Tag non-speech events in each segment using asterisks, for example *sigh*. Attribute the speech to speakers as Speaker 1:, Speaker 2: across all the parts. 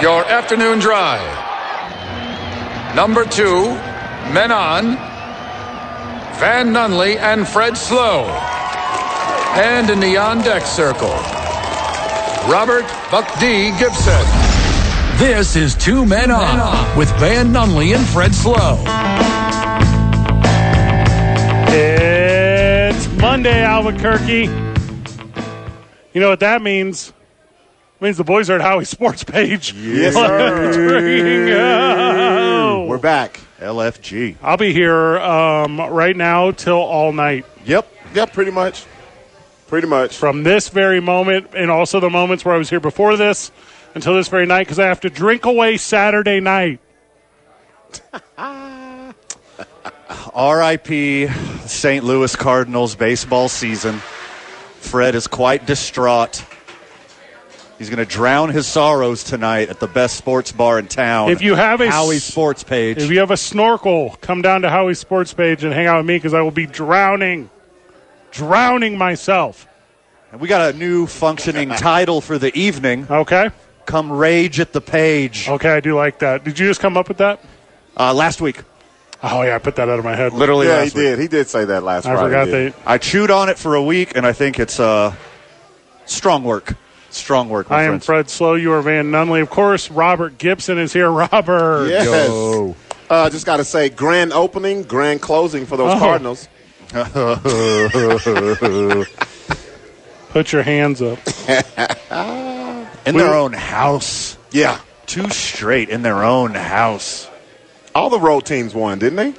Speaker 1: your afternoon drive. Number two, Menon, Van Nunley, and Fred Slow. And in the on deck circle, Robert Buck D. Gibson.
Speaker 2: This is Two Men, on, with Van Nunley and Fred Slow.
Speaker 3: It's Monday, Albuquerque. You know what that means? It means the boys are at Howie Sports page. *laughs*
Speaker 4: Yes,
Speaker 3: sir.
Speaker 4: We're back. LFG.
Speaker 3: I'll be here um, right now till all night.
Speaker 4: Yep. Yep, pretty much. Pretty much.
Speaker 3: From this very moment, and also the moments where I was here before this, until this very night, because I have to drink away Saturday night.
Speaker 4: RIP St. Louis Cardinals baseball season. Fred is quite distraught. He's going to drown his sorrows tonight at the best sports bar in town.
Speaker 3: If you have a s-
Speaker 4: Howie's sports page,
Speaker 3: If you have a snorkel, come down to Howie's Sports page and hang out with me, because I will be drowning, drowning myself.
Speaker 4: and we got a
Speaker 3: *laughs*
Speaker 4: new functioning title for the evening.
Speaker 3: Okay.
Speaker 4: Come rage at the page.
Speaker 3: Okay, I do like that. Did you just come up with that?
Speaker 4: Uh, last week,
Speaker 3: Oh yeah, I put that out of my head.
Speaker 4: literally
Speaker 5: Yeah, he
Speaker 4: last week.
Speaker 5: did. He did say that last.
Speaker 3: I
Speaker 5: Friday,
Speaker 3: forgot
Speaker 5: didn't
Speaker 3: they.
Speaker 4: I chewed on it for a week, and I think it's uh, strong work. Strong work. My
Speaker 3: I am
Speaker 4: friends.
Speaker 3: Fred Slow. You are Van Nunley, of course. Robert Gibson is here. *laughs* Robert,
Speaker 5: he? Yes. Uh, just got to say, grand opening, grand closing for those
Speaker 3: Oh.
Speaker 5: Cardinals.
Speaker 3: put your hands up.
Speaker 4: in their own house.
Speaker 5: Yeah,
Speaker 4: Two straight in their own house,
Speaker 5: all the road teams won, didn't they?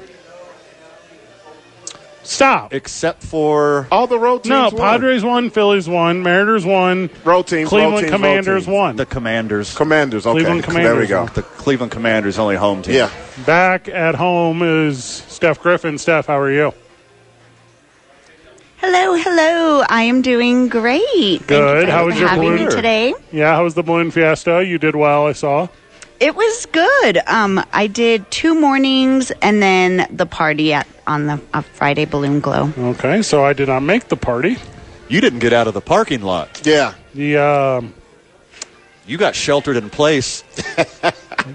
Speaker 3: Stop.
Speaker 4: except for
Speaker 5: All the road teams.
Speaker 3: No,
Speaker 5: won.
Speaker 3: Padres won, Phillies won, Mariners won,
Speaker 5: Road teams. road
Speaker 3: Cleveland
Speaker 5: teams,
Speaker 3: Commanders
Speaker 5: road teams.
Speaker 3: won.
Speaker 4: the Commanders.
Speaker 5: Commanders. Okay,
Speaker 3: Cleveland
Speaker 5: there we
Speaker 3: Commanders
Speaker 5: go.
Speaker 3: won.
Speaker 4: the Cleveland Commanders only home team.
Speaker 5: Yeah,
Speaker 3: Back at home is Steph Griffin. Steph, how are you?
Speaker 6: Hello, hello. I am doing great. Thank you
Speaker 3: Good.
Speaker 6: guys
Speaker 3: How
Speaker 6: for
Speaker 3: was your
Speaker 6: having me
Speaker 3: blooper?
Speaker 6: today?
Speaker 3: Yeah, how was the balloon fiesta? You did well, I saw.
Speaker 6: It was good. Um, I did two mornings and then the party at on the uh, Friday Balloon Glow.
Speaker 3: Okay, so I did not make the party.
Speaker 4: You didn't get out of the parking lot.
Speaker 5: yeah.
Speaker 3: The um,
Speaker 4: You got sheltered in place.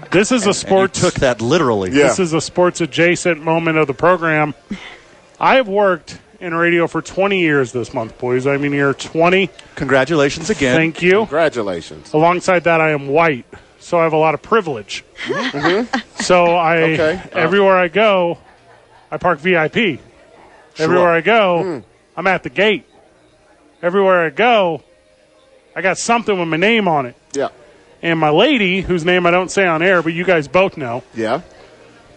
Speaker 3: this is a
Speaker 4: And you
Speaker 3: sports
Speaker 4: took that literally.
Speaker 5: Yeah.
Speaker 3: This is a sports adjacent moment of the program. I've worked in radio for 20 years this month, boys. I'm in year 20.
Speaker 4: Congratulations again.
Speaker 3: Thank you.
Speaker 5: Congratulations.
Speaker 3: Alongside that, I am white, so I have a lot of privilege. So I,
Speaker 5: Mm-hmm. Okay. Uh-huh.
Speaker 3: everywhere I go, I park VIP. Everywhere I go,
Speaker 5: Hmm.
Speaker 3: I'm at the gate. Everywhere I go, I got something with my name on it.
Speaker 5: Yeah,
Speaker 3: And my lady, whose name I don't say on air, but you guys both know,
Speaker 5: yeah.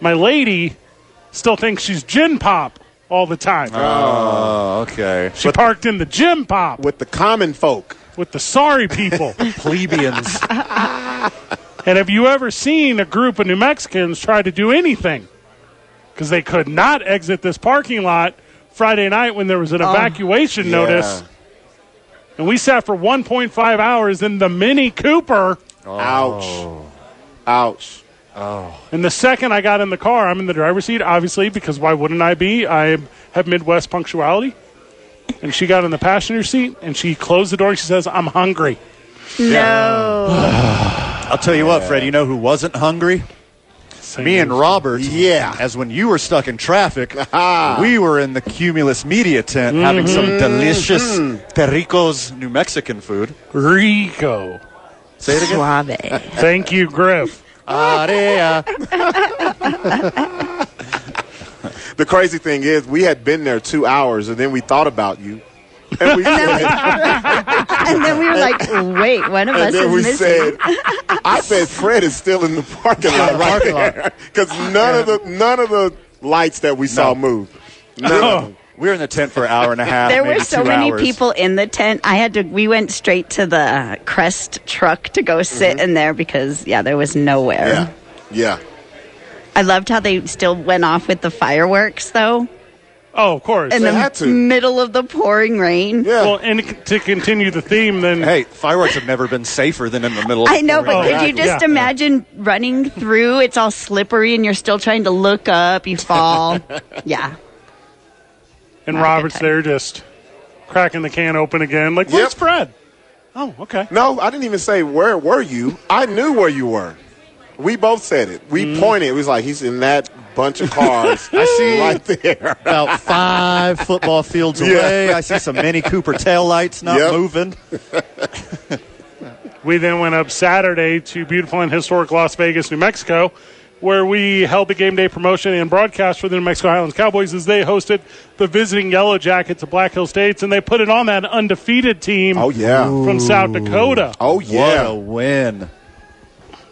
Speaker 3: my lady still thinks she's gin pop all the time.
Speaker 4: Oh, okay.
Speaker 3: she parked in the gym pop with,
Speaker 5: With the common folk.
Speaker 3: the sorry people.
Speaker 4: Plebeians.
Speaker 3: and have you ever seen a group of New Mexicans try to do anything? Because they could not exit this parking lot Friday night when there was an evacuation notice. And we sat for 1.5 hours in the Mini Cooper.
Speaker 5: Ouch. Ouch.
Speaker 3: And the second I got in the car, I'm in the driver's seat, obviously, because why wouldn't I be? I have Midwest punctuality. And she got in the passenger seat and she closed the door and she says, I'm hungry.
Speaker 6: No.
Speaker 4: *laughs* I'll tell you what, Fred. You know who wasn't hungry? Me and Robert.
Speaker 5: Yeah.
Speaker 4: As when you were stuck in traffic, we were in the Cumulus Media tent having some delicious Pericos New Mexican food.
Speaker 3: Rico.
Speaker 4: Say it again.
Speaker 6: Suave.
Speaker 3: *laughs* Thank you, Griff.
Speaker 4: Area.
Speaker 5: The crazy thing is, we had been there two hours, and then we thought about you, and we said,
Speaker 6: and then we were like, wait, one of us
Speaker 5: and then
Speaker 6: is
Speaker 5: we
Speaker 6: missing.
Speaker 5: said, I bet Fred is still in the parking lot right
Speaker 4: parking lot.
Speaker 5: there because none of the none of the lights that we saw
Speaker 4: No.
Speaker 5: moved. None of them.
Speaker 4: We were in the tent for an hour and a half.
Speaker 6: there were
Speaker 4: maybe
Speaker 6: so
Speaker 4: two
Speaker 6: many
Speaker 4: hours.
Speaker 6: people in the tent. I had to. We went straight to the Crest truck to go sit in there because yeah, there was nowhere.
Speaker 5: Yeah, yeah.
Speaker 6: I loved how they still went off with the fireworks though.
Speaker 3: Oh, of course.
Speaker 6: in
Speaker 5: They
Speaker 6: the
Speaker 5: had to.
Speaker 6: middle of the pouring rain.
Speaker 5: Yeah.
Speaker 3: well, and c- to continue the theme, then
Speaker 4: Hey, fireworks have never been safer than in the middle. of
Speaker 6: I know,
Speaker 4: the
Speaker 6: but
Speaker 4: rain.
Speaker 6: could you
Speaker 3: yeah,
Speaker 6: just
Speaker 3: yeah.
Speaker 6: imagine running through? It's all slippery and you're still trying to look up. You fall. yeah.
Speaker 3: and
Speaker 6: Not a good
Speaker 3: Robert's
Speaker 6: time.
Speaker 3: there just cracking the can open again. Like, where's
Speaker 5: Yep.
Speaker 3: Fred? Oh, okay.
Speaker 5: No, I didn't even say where were you. I knew where you were. We both said it. We pointed. It was like he's in that bunch of cars. Mm. *laughs* I see right there.
Speaker 4: *laughs* About five football fields away, I see some Mini Cooper taillights not
Speaker 5: Yep.
Speaker 4: moving.
Speaker 3: We then went up Saturday to beautiful and historic Las Vegas, New Mexico, where we held the game day promotion and broadcast for the New Mexico Highlands Cowboys as they hosted the visiting Yellow Jackets of Black Hill States, and they put it on that undefeated team
Speaker 5: Oh yeah.
Speaker 3: from South Dakota.
Speaker 5: Oh
Speaker 4: What a
Speaker 5: yeah.
Speaker 4: win.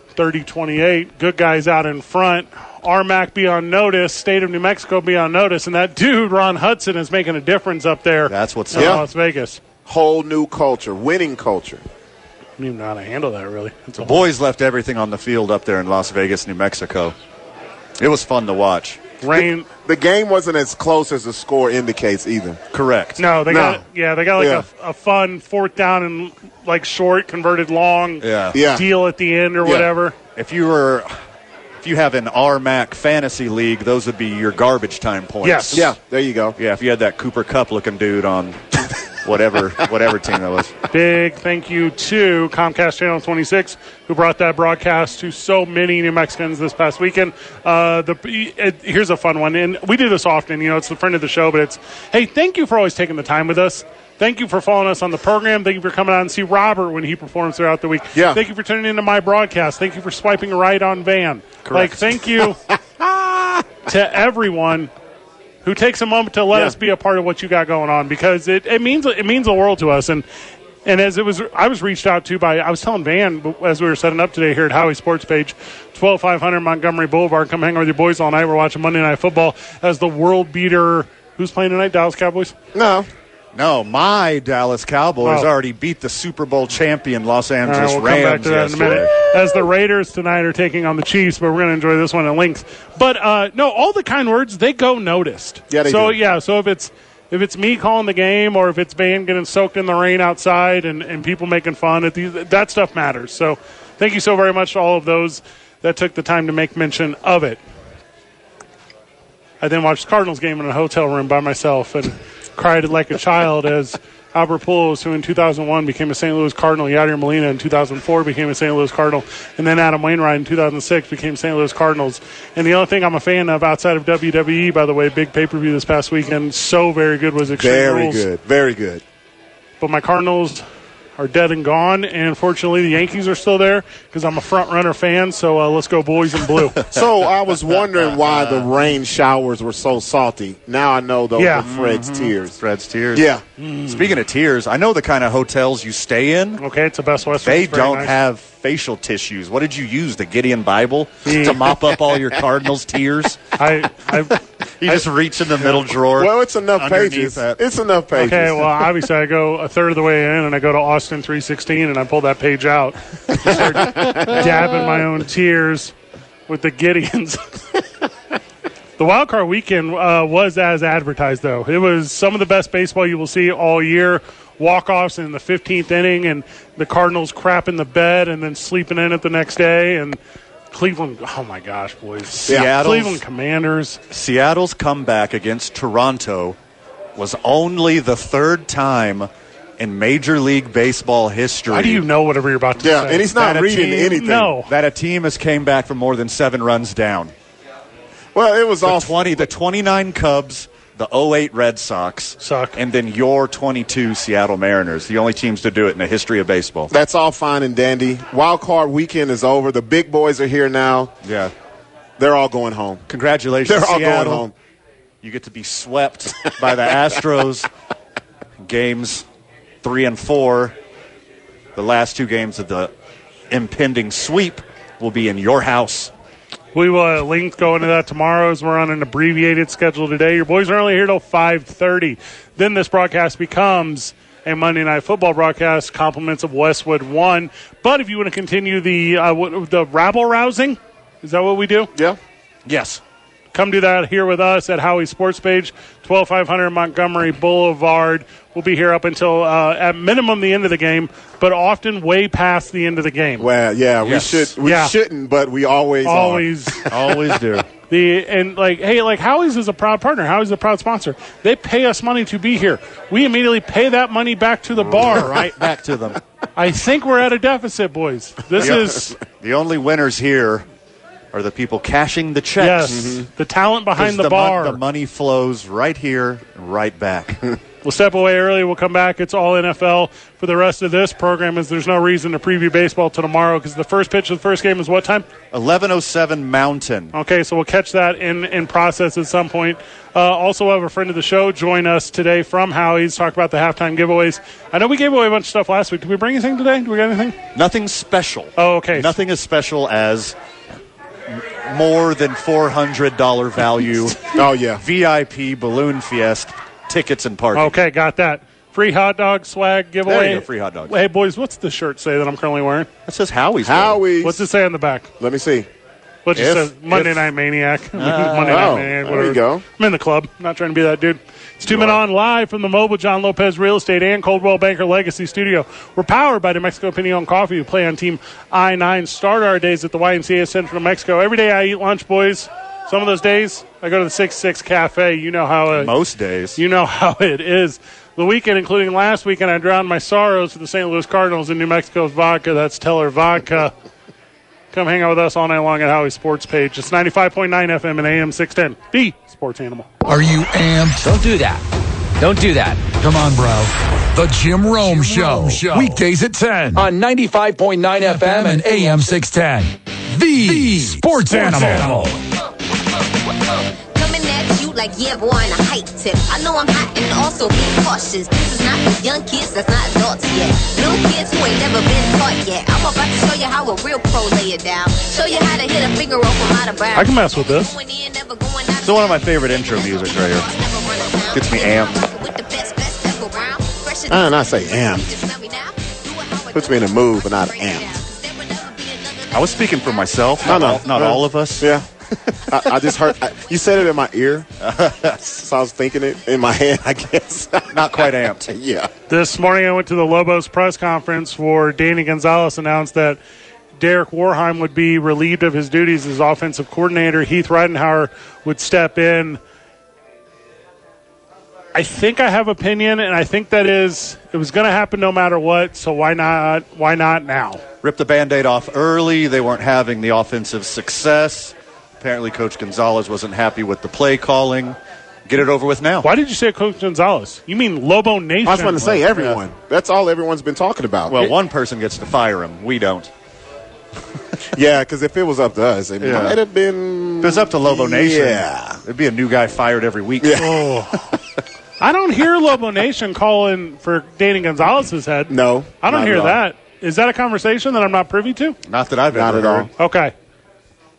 Speaker 3: 30 28. Good guys out in front. Armac be on notice. State of New Mexico be on notice. And that dude, Ron Hudson, is making a difference up there.
Speaker 4: That's what's
Speaker 3: in
Speaker 5: Yeah.
Speaker 3: Las Vegas.
Speaker 5: Whole new culture, winning culture.
Speaker 3: I don't even know how to handle that, really. It's a
Speaker 4: Boys left everything on the field up there in Las Vegas, New Mexico. It was fun to watch.
Speaker 3: rain.
Speaker 5: The game wasn't as close as the score indicates either.
Speaker 4: Correct.
Speaker 3: No, they
Speaker 5: No.
Speaker 3: got yeah, they got like
Speaker 5: Yeah.
Speaker 3: a, a fun fourth down and like short converted long
Speaker 4: Yeah.
Speaker 5: Yeah.
Speaker 3: deal at the end or whatever.
Speaker 4: If you were, if you have an RMAC fantasy league, those would be your garbage time points.
Speaker 3: Yes.
Speaker 5: Yeah, there you go.
Speaker 4: Yeah. If you had that Cooper Cup looking dude on
Speaker 3: *laughs*
Speaker 4: whatever whatever team that was.
Speaker 3: Big thank you to Comcast Channel 26 who brought that broadcast to so many New Mexicans this past weekend. Uh, the it, here's a fun one, and we do this often. You know, it's the friend of the show, but it's hey, thank you for always taking the time with us. Thank you for following us on the program. Thank you for coming out and see Robert when he performs throughout the week.
Speaker 5: Yeah.
Speaker 3: Thank you for tuning into my broadcast. Thank you for swiping right on Van. Like, thank you to everyone who takes a moment to let us be a part of what you got going on because it, it means it means the world to us and and as it was I was reached out to by I was telling Van as we were setting up today here at Howie Sports Page 12500 Montgomery Boulevard come hang out with your boys all night we're watching Monday Night Football as the world beater who's playing tonight Dallas Cowboys
Speaker 5: No.
Speaker 4: No, my Dallas Cowboys
Speaker 3: Oh.
Speaker 4: already beat the Super Bowl champion Los
Speaker 3: All right,
Speaker 4: Angeles
Speaker 3: we'll
Speaker 4: Rams
Speaker 3: come back to that in a
Speaker 4: yesterday.
Speaker 3: minute. As the Raiders tonight are taking on the Chiefs, but we're going to enjoy this one at length. But uh, no, all the kind words they go noticed.
Speaker 5: Yeah, they
Speaker 3: so
Speaker 5: do.
Speaker 3: yeah, so if it's if it's me calling the game, or if it's Van getting soaked in the rain outside, and, and people making fun, at these, that stuff matters. So thank you so very much to all of those that took the time to make mention of it. I then watched the Cardinals game in a hotel room by myself and cried like a child as Albert Pujols, who in 2001 became a St. Louis Cardinal, Yadier Molina in 2004 became a St. Louis Cardinal, and then Adam Wainwright in 2006 became St. Louis Cardinals. And the only thing I'm a fan of outside of WWE, by the way, big pay per view this past weekend, so very good was Extreme
Speaker 5: Very
Speaker 3: Rules.
Speaker 5: good. Very good.
Speaker 3: But my Cardinals are dead and gone, and unfortunately the Yankees are still there because I'm a front runner fan. So uh, let's go, boys in
Speaker 4: *laughs*
Speaker 3: blue.
Speaker 5: So I was wondering why the rain showers were so salty. Now I know those
Speaker 3: Yeah.
Speaker 5: are Fred's tears.
Speaker 4: Fred's tears. Mm.
Speaker 5: Yeah.
Speaker 4: Speaking of tears, I know the kind of hotels you stay in.
Speaker 3: okay, it's the best Western.
Speaker 4: They
Speaker 3: It's very
Speaker 4: don't
Speaker 3: nice.
Speaker 4: have facial tissues. What did you use? The Gideon Bible to mop up all
Speaker 3: *laughs*
Speaker 4: your Cardinals tears?
Speaker 3: I, I
Speaker 4: You just reach in the middle drawer.
Speaker 5: Well, it's enough
Speaker 4: Underneath
Speaker 5: pages.
Speaker 4: that.
Speaker 5: It's enough pages.
Speaker 3: Okay, well, obviously, I go a third of the way in, and I go to Austin 316, and I pull that page out, and
Speaker 5: *laughs*
Speaker 3: start dabbing my own tears with the Gideons. the wild card weekend uh, was as advertised, though. It was some of the best baseball you will see all year. Walk offs in the 15th inning, and the Cardinals crapping the bed, and then sleeping in it the next day, and Cleveland. Oh my gosh, boys!
Speaker 4: Seattle's-
Speaker 3: Cleveland Commanders.
Speaker 4: Seattle's comeback against Toronto was only the third time in Major League Baseball history
Speaker 3: How do you know whatever you're about to
Speaker 5: yeah,
Speaker 3: say?
Speaker 5: and he's not
Speaker 4: That a
Speaker 5: reading
Speaker 4: team-
Speaker 5: anything.
Speaker 3: No.
Speaker 4: that a team has came back from more than seven runs down.
Speaker 5: Well, it was
Speaker 4: The
Speaker 5: all
Speaker 4: 20, the 29 Cubs, the 08 Red Sox,
Speaker 3: Suck.
Speaker 4: and then your 22 Seattle Mariners, the only teams to do it in the history of baseball.
Speaker 5: That's all fine and dandy. Wild card weekend is over. The big boys are here now.
Speaker 4: Yeah.
Speaker 5: They're all going home. *laughs*
Speaker 4: Congratulations,
Speaker 5: They're all
Speaker 4: Seattle.
Speaker 5: going home.
Speaker 4: You get to be swept by the Astros. *laughs* Games three and four, the last two games of the impending sweep, will be in your house.
Speaker 3: We will at length go into that tomorrow as we're on an abbreviated schedule today. Your boys are only here till 5.30. Then this broadcast becomes a Monday Night Football broadcast, compliments of Westwood 1. But if you want to continue the, uh, what, the rabble-rousing, is that what we do?
Speaker 5: Yeah.
Speaker 4: Yes.
Speaker 3: Come do that here with us at Howie Sports Page, 12500 Montgomery Boulevard. We'll be here up until, uh, at minimum, the end of the game, but often way past the end of the game.
Speaker 5: Well, yeah,
Speaker 4: Yes.
Speaker 5: we should we
Speaker 3: Yeah.
Speaker 5: shouldn't, but we always are.
Speaker 3: Always.
Speaker 4: Always do.
Speaker 3: The and like hey like Howie's is a proud partner. Howie's a proud sponsor. They pay us money to be here. We immediately pay that money back to the
Speaker 4: *laughs*
Speaker 3: bar.
Speaker 4: right *laughs* back to them.
Speaker 3: I think we're at a deficit, boys. This
Speaker 4: Yeah.
Speaker 3: is
Speaker 4: The only winners here are the people cashing the checks.
Speaker 3: yes, the talent
Speaker 4: 'Cause
Speaker 3: behind the,
Speaker 4: mon-
Speaker 3: bar.
Speaker 4: Mm-hmm. the money flows right here, and right back. *laughs*
Speaker 3: We'll step away early. We'll come back. It's all NFL for the rest of this program, as there's no reason to preview baseball till tomorrow because the first pitch of the first game is what time?
Speaker 4: 1107 Mountain.
Speaker 3: Okay, so we'll catch that in, in process at some point. Uh, also, have a friend of the show join us today from Howie's, talk about the halftime giveaways. I know we gave away a bunch of stuff last week. Did we bring anything today? Did we get anything?
Speaker 4: Nothing special.
Speaker 3: Oh, okay.
Speaker 4: Nothing as special as m- more than
Speaker 3: *laughs*
Speaker 4: $400 value
Speaker 5: Oh yeah.
Speaker 4: VIP balloon fiest tickets and parking.
Speaker 3: Okay, got that. Free hot dog swag giveaway.
Speaker 4: go, free hot dogs.
Speaker 3: Hey, boys, what's the shirt say that I'm currently wearing?
Speaker 4: That says Howie's.
Speaker 5: Howie.
Speaker 3: What's it say on the back?
Speaker 5: Let me see.
Speaker 3: What just
Speaker 5: If-
Speaker 3: says Monday
Speaker 5: if-
Speaker 3: Night Maniac. *laughs* Monday Night
Speaker 5: oh,
Speaker 3: Maniac.
Speaker 5: there
Speaker 3: Whatever.
Speaker 5: you go.
Speaker 3: I'm in the club. Not trying to be that dude. It's two men on live from the mobile John Lopez Real Estate and Coldwell Banker Legacy Studio. We're powered by New Mexico Pinion Coffee. We play on Team I 9. Start our days at the YMCA Central New Mexico. Every day I eat lunch, boys. Some of those days I go to the 6 6 Cafe. You know how uh, it,
Speaker 4: Most days.
Speaker 3: you know *laughs* how it is. The weekend, including last weekend, I drowned my sorrows for the St. Louis Cardinals in New Mexico's vodka. That's Teller Vodka. *laughs* Come hang out with us all night long at Howie Sports Page. It's 95.9 FM and AM 610. The Sports Animal.
Speaker 2: Are you amped?
Speaker 7: Don't do that. Don't do that.
Speaker 2: Come on, bro. The Jim Rome, Show.
Speaker 7: Show.
Speaker 2: Weekdays at 10
Speaker 7: On 95.9 FM
Speaker 2: FM and AM 610. The, sports, animal.
Speaker 8: Coming at you like, yeah, boy, on a height tip. I know I'm hot and also be cautious. This is not for young kids, that's not adults yet. Little kids who ain't never been taught yet. I'm about to show you how a real pro lay it down. Show you how to hit a finger off from out of bounds.
Speaker 3: I can mess with this.
Speaker 8: Going in, never going out of
Speaker 4: It's one of my
Speaker 8: bounds.
Speaker 4: favorite intro music right here. Gets me amped.
Speaker 8: With the best, best ever round. Fresh as-
Speaker 5: Ah, and I say amped. Puts me in a mood, but not
Speaker 4: I was speaking for myself, not,
Speaker 5: No, no.
Speaker 4: all, not
Speaker 5: No.
Speaker 4: all of us.
Speaker 5: Yeah. *laughs* I, I just heard I, you said it in my ear, so I was thinking it in my head. I guess. *laughs*
Speaker 4: Not quite amped.
Speaker 5: yeah.
Speaker 3: This morning I went to the Lobos press conference where Danny Gonzalez announced that Derek Warheim would be relieved of his duties as offensive coordinator. Heath Ridenhauer would step in. I think I have opinion, and I think that is it was going to happen no matter what. So why not? Why not now?
Speaker 4: Ripped the band aid off early. They weren't having the offensive success. Apparently, Coach Gonzalez wasn't happy with the play calling. Get it over with now.
Speaker 3: Why did you say Coach Gonzalez? You mean Lobo Nation?
Speaker 5: I was going to say everyone. That's all everyone's been talking about.
Speaker 4: Well, one person gets to fire him. We don't.
Speaker 5: *laughs* yeah, because if it was up to us, it
Speaker 4: Yeah.
Speaker 5: might have been.
Speaker 4: If it's up to Lobo Nation,
Speaker 5: Yeah.
Speaker 4: it'd be a new guy fired every week.
Speaker 3: I don't hear Lobo Nation calling for Danny Gonzalez's head.
Speaker 5: No,
Speaker 3: I don't
Speaker 5: not
Speaker 3: hear
Speaker 5: at all.
Speaker 3: that. Is that a conversation that I'm not privy to?
Speaker 4: Not that I've
Speaker 5: Not
Speaker 4: ever
Speaker 5: at all.
Speaker 4: heard.
Speaker 3: Okay.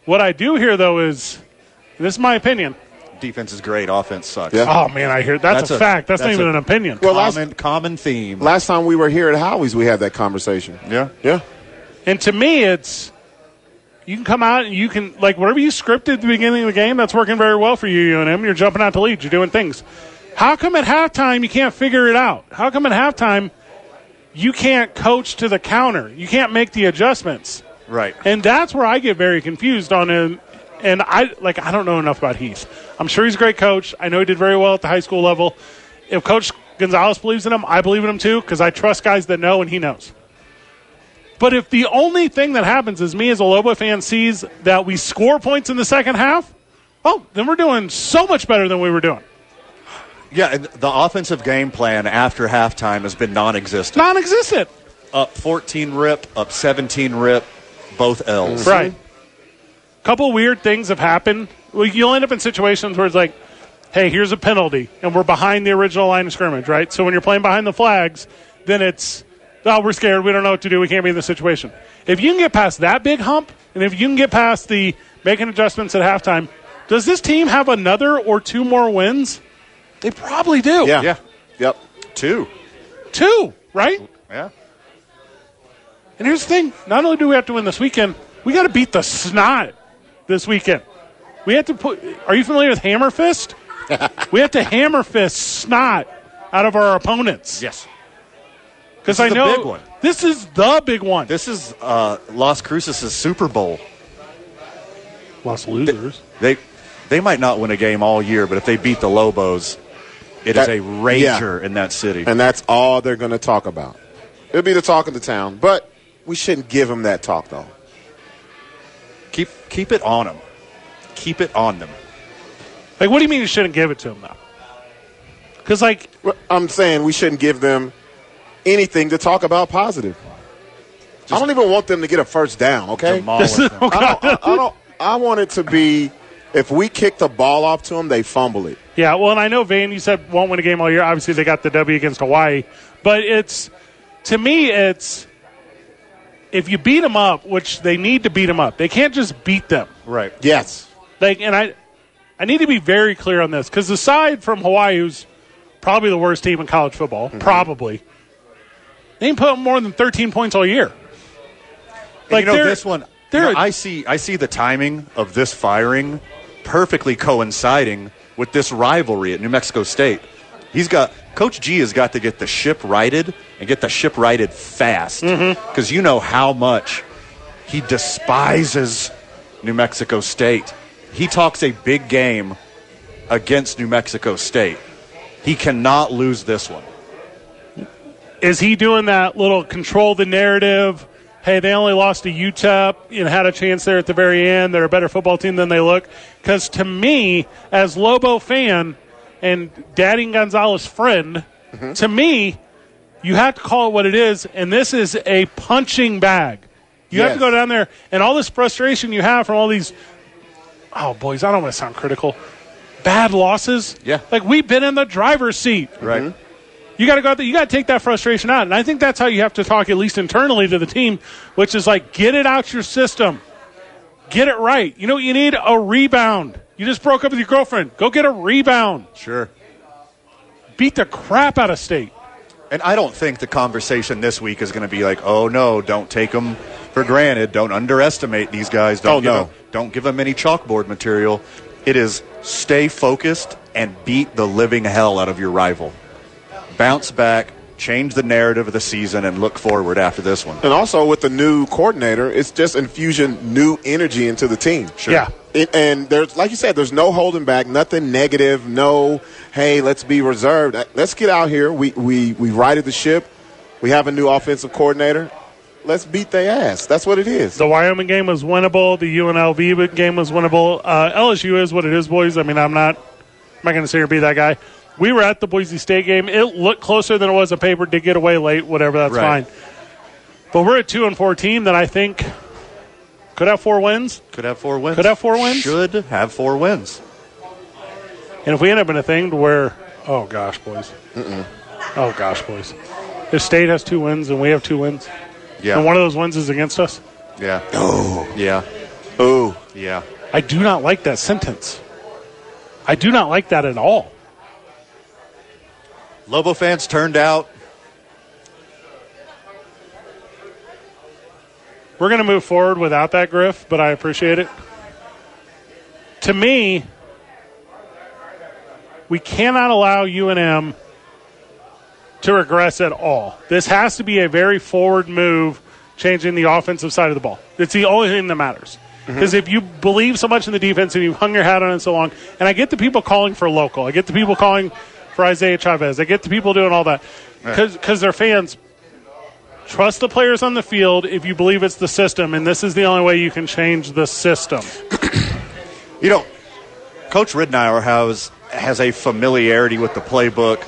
Speaker 3: What I do hear though is this is my opinion.
Speaker 4: Defense is great. Offense sucks.
Speaker 5: Yeah.
Speaker 3: Oh man, I hear that's,
Speaker 4: That's
Speaker 3: a,
Speaker 4: a-
Speaker 3: fact. That's, not
Speaker 4: that's
Speaker 3: even
Speaker 4: a-
Speaker 3: an opinion.
Speaker 5: Well, last-
Speaker 4: common, common theme.
Speaker 5: Last time we were here at Howie's, we had that conversation.
Speaker 4: yeah.
Speaker 5: Yeah.
Speaker 3: and to me, it's you can come out and you can like whatever you scripted at the beginning of the game. That's working very well for you, UNM. You're jumping out to leads. You're doing things. How come at halftime you can't figure it out? How come at halftime you can't coach to the counter? You can't make the adjustments.
Speaker 4: Right.
Speaker 3: And that's where I get very confused on him. And I like I don't know enough about Heath. I'm sure he's a great coach. I know he did very well at the high school level. If Coach Gonzalez believes in him, I believe in him too because I trust guys that know and he knows. But if the only thing that happens is me as a Lobo fan sees that we score points in the second half, oh, then we're doing so much better than we were doing.
Speaker 4: Yeah. And the offensive game plan after halftime has been non-existent.
Speaker 3: Non-existent.
Speaker 4: Up 14 rip, up 17 rip, both L's.
Speaker 3: Right. Couple weird things have happened. Well, You'll end up in situations where it's like, hey, here's a penalty, and we're behind the original line of scrimmage, right? So when you're playing behind the flags, then it's, oh, we're scared. We don't know what to do. We can't be in this situation. If you can get past that big hump, and if you can get past the making adjustments at halftime, does this team have another or two more wins? They probably do.
Speaker 5: Yeah.
Speaker 4: Yeah.
Speaker 5: Yep.
Speaker 4: Two.
Speaker 3: Two, right?
Speaker 4: Yeah.
Speaker 3: And here's the thing: not only do we have to win this weekend, we got to beat the snot this weekend. We have to put. Are you familiar with hammer
Speaker 4: *laughs*
Speaker 3: fist? we have to hammer fist snot out of our opponents.
Speaker 4: Yes.
Speaker 3: because
Speaker 4: this
Speaker 3: I
Speaker 4: is the
Speaker 3: know
Speaker 4: big one.
Speaker 3: this is the big one.
Speaker 4: This is uh, Las Cruces' Super Bowl.
Speaker 3: Plus losers.
Speaker 4: They They might not win a game all year, but if they beat the Lobos, it is
Speaker 5: That-
Speaker 4: a rager in that city.
Speaker 5: and that's all they're going to talk about. It'll be the talk of the town, but we shouldn't give them that talk though.
Speaker 4: keep keep it on them. Keep it on them.
Speaker 3: Like, what do you mean you shouldn't give it to him though? Because like,
Speaker 5: Well, I'm saying we shouldn't give them anything to talk about positive. I don't even want them to get a first down. Okay,
Speaker 4: *laughs* Demolish them.
Speaker 5: I don't, I, I don't. I want it to be if we kick the ball off to them, they fumble it.
Speaker 3: yeah. Well, and I know Van. You said won't win a game all year. Obviously, they got the W against Hawaii, but it's to me, it's if you beat them up, which they need to beat them up. They can't just beat them.
Speaker 4: Right.
Speaker 5: Yes,
Speaker 3: Like, and I, I need to be very clear on this because aside from Hawaii, who's probably the worst team in college football,
Speaker 4: Mm-hmm.
Speaker 3: probably they ain't put up more than thirteen points all year.
Speaker 4: Like you know
Speaker 3: they're-
Speaker 4: this one. you
Speaker 3: they're-
Speaker 4: know, I see. I see the timing of this firing perfectly coinciding with this rivalry at New Mexico State. He's got Coach G has got to get the ship righted and get the ship righted fast because you know how much he despises New Mexico State. He talks a big game against New Mexico State. He cannot lose this one.
Speaker 3: is he doing that little control the narrative? Hey, they only lost to E UTEP and had a chance there at the very end. They're a better football team than they look. Because to me, as Lobo fan and Daddy Gonzalez friend, to me, you have to call it what it is. And this is a punching bag. You have to
Speaker 5: Yes.
Speaker 3: go down there, and all this frustration you have from all these. Oh, boys, I don't want to sound critical. Bad losses.
Speaker 4: Yeah.
Speaker 3: Like we've been in the driver's seat.
Speaker 4: Right.
Speaker 3: You got to go out there. You got to take that frustration out, and I think that's how you have to talk, at least internally, to the team, which is like get it out your system, get it right. You know, you need a rebound. You just broke up with your girlfriend. Go get a rebound.
Speaker 4: Sure.
Speaker 3: Beat the crap out of state.
Speaker 4: And I don't think the conversation this week is going to be like, "Oh no, don't take them for granted. Don't underestimate these guys. Don't
Speaker 5: Oh,
Speaker 4: give
Speaker 5: no.
Speaker 4: them, don't give them any chalkboard material." It is stay focused and beat the living hell out of your rival. Bounce back, change the narrative of the season, and look forward after this one.
Speaker 5: and also with the new coordinator, it's just infusion new energy into the team.
Speaker 4: Sure.
Speaker 3: Yeah.
Speaker 5: It, and there's, like you said, there's no holding back, nothing negative, no, hey, let's be reserved. Uh, Let's get out here. We, we, we righted the ship. We have a new offensive coordinator. Let's beat their ass. That's what it is.
Speaker 3: The Wyoming game was winnable. The UNLV game was winnable. Uh, LSU is what it is, boys. I mean, I'm not. I'm not going to sit here and be that guy. We were at the Boise State game. It looked closer than it was on paper. Did get away late. Whatever. That's
Speaker 4: Right.
Speaker 3: fine. But we're a two and four team that I think could have four wins.
Speaker 4: Could have four wins.
Speaker 3: Could have four wins?
Speaker 4: Should have four wins.
Speaker 3: And if we end up in a thing to where, oh gosh, boys, oh gosh, boys, if State has two wins and we have two wins,
Speaker 4: Yeah.
Speaker 3: and one of those wins is against us,
Speaker 4: yeah. Oh. Yeah.
Speaker 5: Ooh.
Speaker 4: Yeah.
Speaker 3: I do not like that sentence. I do not like that at all.
Speaker 4: Lobo fans turned out.
Speaker 3: We're going to move forward without that, Griff, but I appreciate it. To me, we cannot allow UNM to regress at all. This has to be a very forward move, changing the offensive side of the ball. It's the only thing that matters. Because if you believe so much in the defense and you've hung your hat on it so long, and I get the people calling for local, I get the people calling for Isaiah Chavez, I get the people doing all that because they're fans. Trust the players on the field if you believe it's the system, and this is the only way you can change the system.
Speaker 4: You know, Coach Ridnour has has a familiarity with the playbook.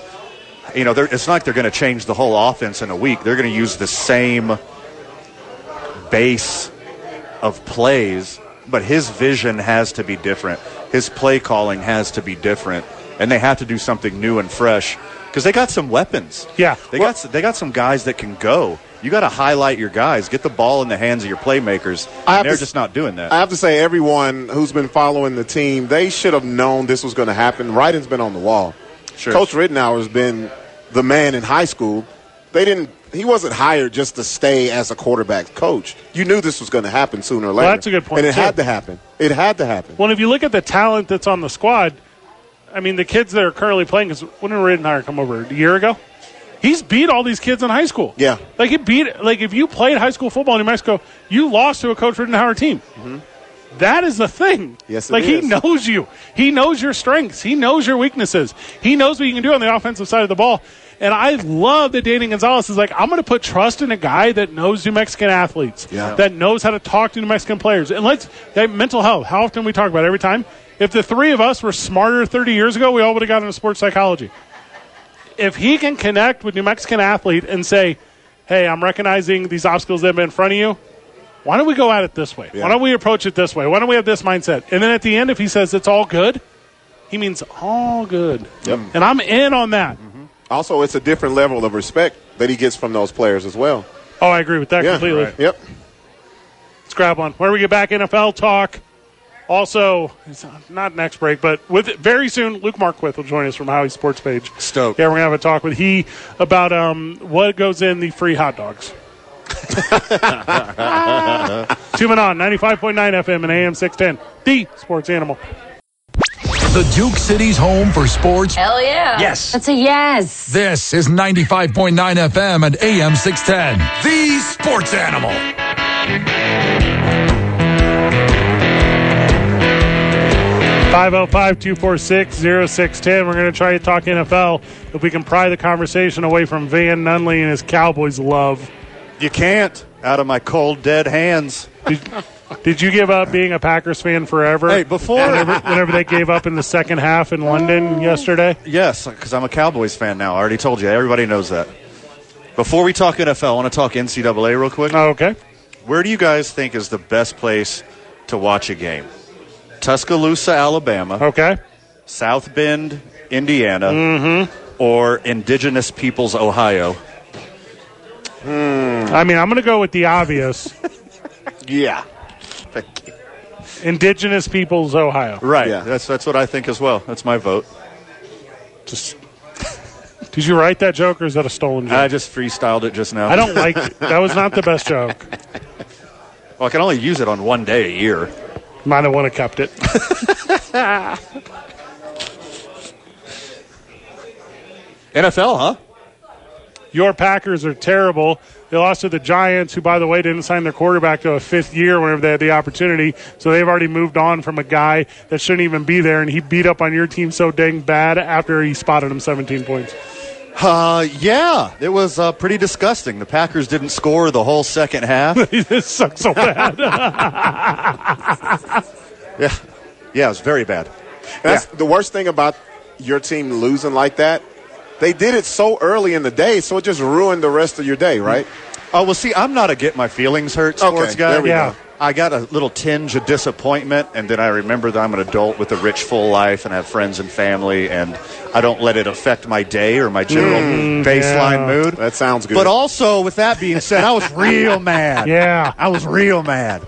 Speaker 4: You know, they're- it's not like they're going to change the whole offense in a week. They're going to use the same base of plays, but his vision has to be different. His play calling has to be different, and they have to do something new and fresh because they got some weapons.
Speaker 3: Yeah.
Speaker 4: they got s- they got some guys that can go. You got to highlight your guys, get the ball in the hands of your playmakers.
Speaker 5: I have
Speaker 4: and they're
Speaker 5: to s-
Speaker 4: just not doing that.
Speaker 5: I have to say, everyone who's been following the team, they should have known this was going to happen. Writing's been on the wall.
Speaker 4: Sure.
Speaker 5: Coach Rittenauer's been the man in high school. They didn't. He wasn't hired just to stay as a quarterback coach. You knew this was going to happen sooner or later.
Speaker 3: that's a good point,
Speaker 5: And it
Speaker 3: too.
Speaker 5: had to happen. It had to happen.
Speaker 3: Well, and if you look at the talent that's on the squad, I mean, the kids that are currently playing, because when did Rittenhire come over? A year ago? He's beat all these kids in high school.
Speaker 5: Yeah.
Speaker 3: Like, he beat, like, if you played high school football in New Mexico, you lost to a Coach Rittenhire team. That is the thing.
Speaker 5: Mm-hmm. Yes, it
Speaker 3: like
Speaker 5: is.
Speaker 3: he knows you. He knows your strengths. He knows your weaknesses. He knows what you can do on the offensive side of the ball. And I love that Danny Gonzalez is like, I'm going to put trust in a guy that knows New Mexican athletes,
Speaker 5: Yeah.
Speaker 3: that knows how to talk to New Mexican players. And let's that mental health. How often we talk about it every time. If the three of us were smarter 30 years ago, we all would have gotten into sports psychology if he can connect with New Mexican athlete and say, "Hey, I'm recognizing these obstacles that have been in front of you. Why don't we go at it this way? Why don't we approach it this way? Why don't we have this mindset?" And then at the end, if he says it's all good, he means all good.
Speaker 5: Yep.
Speaker 3: And I'm in on that.
Speaker 5: Also, it's a different level of respect that he gets from those players as well.
Speaker 3: Oh, I agree with that
Speaker 5: Yeah.
Speaker 3: completely.
Speaker 5: Yep.
Speaker 3: Let's grab one. Where we get back, NFL talk. Also, it's not next break, but with very soon, Luke Marquith will join us from Howie's Sports Page.
Speaker 4: Stoked.
Speaker 3: Yeah, we're gonna have a talk with he about um, what goes in the free hot
Speaker 5: *laughs*
Speaker 3: dogs. Tuning on 95.9 FM and AM 610, the sports animal.
Speaker 2: The Duke City's home for sports.
Speaker 9: Hell yeah.
Speaker 7: Yes.
Speaker 9: That's a yes.
Speaker 2: This is 95.9 FM and AM 610. The Sports Animal.
Speaker 3: Five zero five two four six zero six ten. We're going to try to talk NFL if we can pry the conversation away from Van Nunley and his Cowboys love.
Speaker 4: You can't. Out of my cold, dead hands.
Speaker 3: Did you give up being a Packers fan forever?
Speaker 4: Hey, before.
Speaker 3: whenever, whenever they gave up in the second half in London yesterday.
Speaker 4: yes, because I'm a Cowboys fan now. I already told you. Everybody knows that. Before we talk NFL, I want to talk NCAA real quick.
Speaker 3: Oh, okay.
Speaker 4: Where do you guys think is the best place to watch a game? Tuscaloosa, Alabama,
Speaker 3: Okay.
Speaker 4: South Bend, Indiana,
Speaker 3: Mm-hmm.
Speaker 4: or Indigenous Peoples, Ohio?
Speaker 3: I mean, I'm going to go with the obvious
Speaker 4: Yeah.
Speaker 3: Indigenous Peoples, Ohio.
Speaker 4: Right.
Speaker 5: Yeah.
Speaker 4: That's that's what I think as well. That's my vote.
Speaker 3: Just. Did you write that joke or is that a stolen joke?
Speaker 4: I just freestyled it just now.
Speaker 3: I don't like it. That was not the best joke.
Speaker 4: Well, I can only use it on one day a year.
Speaker 3: Might have want to kept it.
Speaker 4: NFL, huh?
Speaker 3: Your Packers are terrible. They lost to the Giants, who, by the way, didn't sign their quarterback to a fifth year whenever they had the opportunity. So they've already moved on from a guy that shouldn't even be there, and he beat up on your team so dang bad after he spotted him 17 points. *laughs*
Speaker 4: Uh, yeah, it was uh, pretty disgusting. The Packers didn't score the whole second half.
Speaker 3: this sucks so bad. *laughs*
Speaker 4: yeah, yeah, it was very bad.
Speaker 5: That's the worst thing about your team losing like that. They did it so early in the day, so it just ruined the rest of your day, right?
Speaker 3: Mm-hmm.
Speaker 4: Oh well, see, I'm not a get my feelings hurt
Speaker 5: Okay,
Speaker 4: sports guy.
Speaker 5: there we
Speaker 3: Yeah. go.
Speaker 4: I got a little tinge of disappointment, and then I remember that I'm an adult with a rich, full life and have friends and family, and I don't let it affect my day or my general baseline mood.
Speaker 5: Mm, That sounds good.
Speaker 4: But also, with that being said, I
Speaker 5: *laughs*
Speaker 4: was real mad.
Speaker 3: Yeah.
Speaker 4: I was real mad.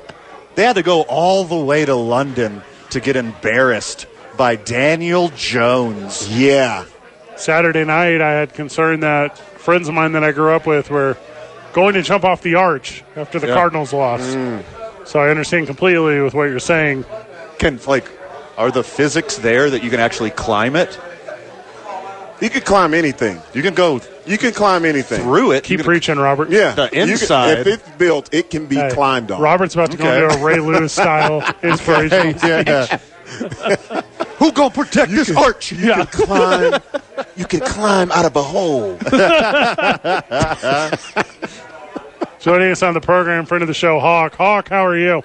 Speaker 4: They had to go all the way to London to get embarrassed by Daniel Jones.
Speaker 5: yeah.
Speaker 3: Saturday night, I had concern that friends of mine that I grew up with were going to jump off the arch after the Cardinals lost. So I understand completely with what you're saying.
Speaker 4: Can like, are the physics there that you can actually climb it?
Speaker 5: You can climb anything.
Speaker 4: You can go
Speaker 5: You can climb anything.
Speaker 4: through it. You
Speaker 3: Keep
Speaker 4: can-
Speaker 3: preaching, Robert.
Speaker 5: Yeah.
Speaker 4: The
Speaker 5: You can-
Speaker 4: inside.
Speaker 5: if it's built, it can be
Speaker 3: Hey,
Speaker 5: climbed on.
Speaker 3: Robert's about to
Speaker 4: Okay.
Speaker 3: go into a Ray Lewis
Speaker 5: *laughs*
Speaker 3: style inspirational.
Speaker 4: Who gonna protect this arch?
Speaker 3: Yeah.
Speaker 5: Climb. you can climb out of a hole.
Speaker 3: Joining us on the program, friend of the show, Hawk. Hawk, how are you?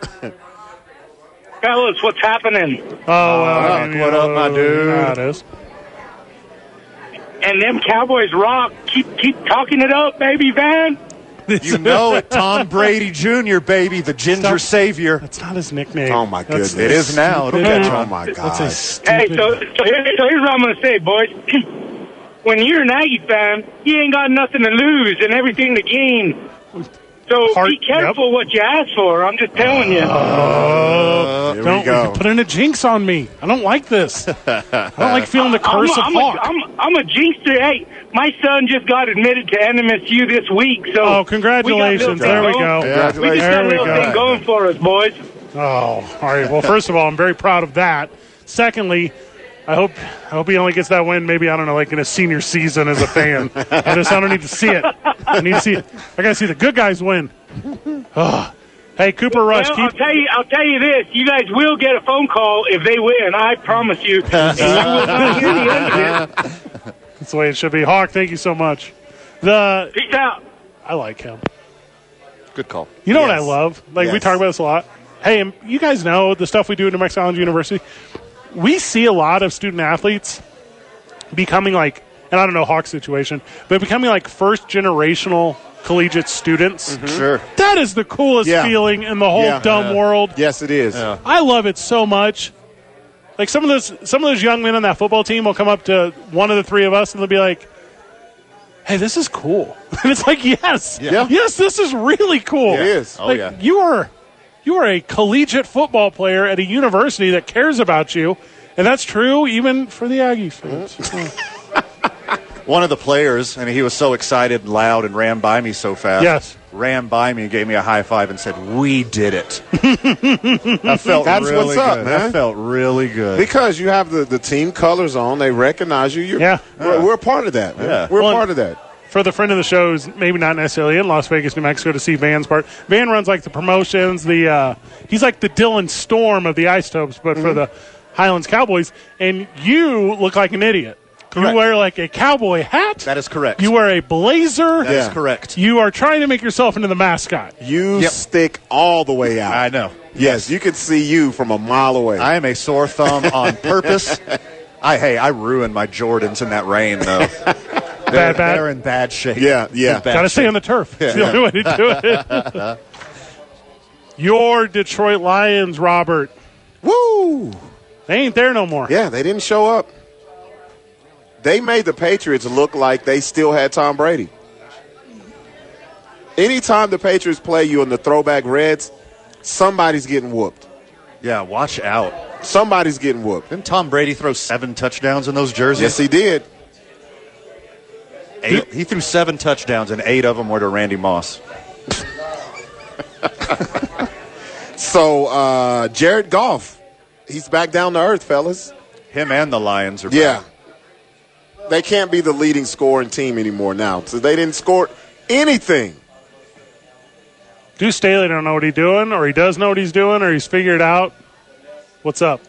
Speaker 10: Fellas, what's happening?
Speaker 3: Oh, well, I
Speaker 4: Hawk,
Speaker 3: mean,
Speaker 4: what
Speaker 3: you
Speaker 4: up, my
Speaker 3: know,
Speaker 4: dude?
Speaker 3: yeah, it is.
Speaker 10: And them Cowboys rock. Keep keep talking it up, baby Van.
Speaker 4: You know it, Tom Brady Jr., baby, the ginger
Speaker 3: Stop.
Speaker 4: savior.
Speaker 3: That's not his nickname.
Speaker 5: *laughs* Oh, my
Speaker 3: That's-
Speaker 5: goodness.
Speaker 4: It is now. It'll catch
Speaker 5: Oh,
Speaker 4: on.
Speaker 5: my God.
Speaker 3: That's a
Speaker 10: Hey,
Speaker 3: stupid.
Speaker 10: so so, here, so here's what I'm gonna say, boys. *clears throat* when you're an Aggie fan, you ain't got nothing to lose and everything to gain. So
Speaker 3: Heart-
Speaker 10: be careful what you ask for. I'm just telling you.
Speaker 3: Uh,
Speaker 5: Here
Speaker 3: don't
Speaker 5: we go.
Speaker 3: put in a jinx on me. I don't like
Speaker 5: *laughs*
Speaker 3: this. I don't like feeling the
Speaker 10: I'm
Speaker 3: curse
Speaker 10: a,
Speaker 3: of
Speaker 10: I'm, a,
Speaker 3: Hawk.
Speaker 10: I'm, I'm a jinxer. Hey, my son just got admitted to NMSU this week. So
Speaker 3: Oh,
Speaker 10: we
Speaker 3: congratulations.
Speaker 10: got a
Speaker 3: There we
Speaker 10: little thing
Speaker 3: go.
Speaker 10: going. We
Speaker 5: Yeah.
Speaker 10: just got a
Speaker 3: There we
Speaker 10: little
Speaker 3: go.
Speaker 10: thing going for us, boys.
Speaker 3: Oh, all right. Well, first of all, I'm very proud of that. Secondly, I hope I hope he only gets that win. Maybe I don't know, like in his senior season as a fan. I just I don't need to see it. I need to see. I gotta see the good guys win. Ugh. Hey, Cooper Rush,
Speaker 10: Well,
Speaker 3: keep
Speaker 10: I'll tell you. I'll tell you this: you guys will get a phone call if they win. I promise
Speaker 3: *laughs*
Speaker 10: you. And you will not hear the end
Speaker 9: *laughs*
Speaker 10: of it.
Speaker 3: That's the way it should be. Hawk, thank you so much. The
Speaker 10: Peace out.
Speaker 3: I like him.
Speaker 4: Good call.
Speaker 3: You know what I
Speaker 5: Yes.
Speaker 3: love? Like we
Speaker 5: Yes.
Speaker 3: talk about this a lot. Hey, and you guys know the stuff we do at New Mexico Island University. We see a lot of student athletes becoming like, and I don't know Hawk's situation, but becoming like first generational collegiate students.
Speaker 4: Sure.
Speaker 3: That is the coolest
Speaker 5: Mm-hmm. Yeah.
Speaker 3: feeling in the whole
Speaker 5: Yeah.
Speaker 3: dumb world.
Speaker 5: Yes, it is.
Speaker 3: I love it so much. Like some of those some of those young men on that football team will come up to one of the three of us and they'll be like, "Hey, this is cool." *laughs* And it's like, "Yes.
Speaker 5: Yeah.
Speaker 3: Yes, this is really cool."
Speaker 5: It is.
Speaker 4: Oh,
Speaker 3: like,
Speaker 4: yeah.
Speaker 3: You are you are a collegiate football player at a university that cares about you. And that's true even for the Aggie fans.
Speaker 5: Mm-hmm.
Speaker 4: One of the players, and he was so excited and loud and ran by me so fast.
Speaker 3: Yes.
Speaker 4: Ran by me, gave me a high five, and said, We did it. I felt
Speaker 5: That's
Speaker 4: really
Speaker 5: what's up,
Speaker 4: good.
Speaker 5: man.
Speaker 4: I felt really good.
Speaker 5: Because you have the, the team colors on, they recognize you. You're,
Speaker 3: Yeah.
Speaker 5: we're, we're a part of that. Man.
Speaker 4: Yeah.
Speaker 5: We're
Speaker 3: Well,
Speaker 5: a part of that.
Speaker 3: for the friend of the show who's maybe not necessarily in Las Vegas, New Mexico to see Van's part. Van runs like the promotions, the uh, he's like the Dylan Storm of the Ice Topes, but
Speaker 4: Mm-hmm.
Speaker 3: for the Highlands Cowboys. And you look like an idiot.
Speaker 4: Correct.
Speaker 3: You wear like a cowboy hat.
Speaker 4: That is correct.
Speaker 3: You wear a blazer.
Speaker 4: That is
Speaker 5: Yeah.
Speaker 4: correct.
Speaker 3: You are trying to make yourself into the mascot.
Speaker 5: You
Speaker 4: Yep.
Speaker 5: stick all the way out.
Speaker 4: I know.
Speaker 5: Yes, you can see you from a mile away.
Speaker 4: I am a sore thumb on purpose. I hey, I ruined my Jordans in that rain though. they're,
Speaker 3: Bad, bad.
Speaker 4: they're in bad shape.
Speaker 5: Yeah, yeah.
Speaker 4: In bad
Speaker 3: Got to stay
Speaker 4: shape.
Speaker 3: on the turf. It's the only way to do it.
Speaker 4: *laughs*
Speaker 3: Your Detroit Lions, Robert,
Speaker 5: Woo!
Speaker 3: they ain't there no more.
Speaker 5: Yeah, they didn't show up. They made the Patriots look like they still had Tom Brady. Anytime the Patriots play you in the throwback Reds, somebody's getting whooped.
Speaker 4: Yeah, watch out.
Speaker 5: Somebody's getting whooped.
Speaker 4: Didn't Tom Brady throw seven touchdowns in those jerseys?
Speaker 5: Yes, he did.
Speaker 4: Eight- he threw seven touchdowns, and eight of them were to Randy Moss.
Speaker 5: So uh, Jared Goff, he's back down to earth, fellas.
Speaker 4: Him and the Lions are.
Speaker 5: Yeah,
Speaker 4: back.
Speaker 5: they can't be the leading scoring team anymore now. So they didn't score anything.
Speaker 3: Deuce Staley don't know what he's doing, or he does know what he's doing, or he's figured out what's up.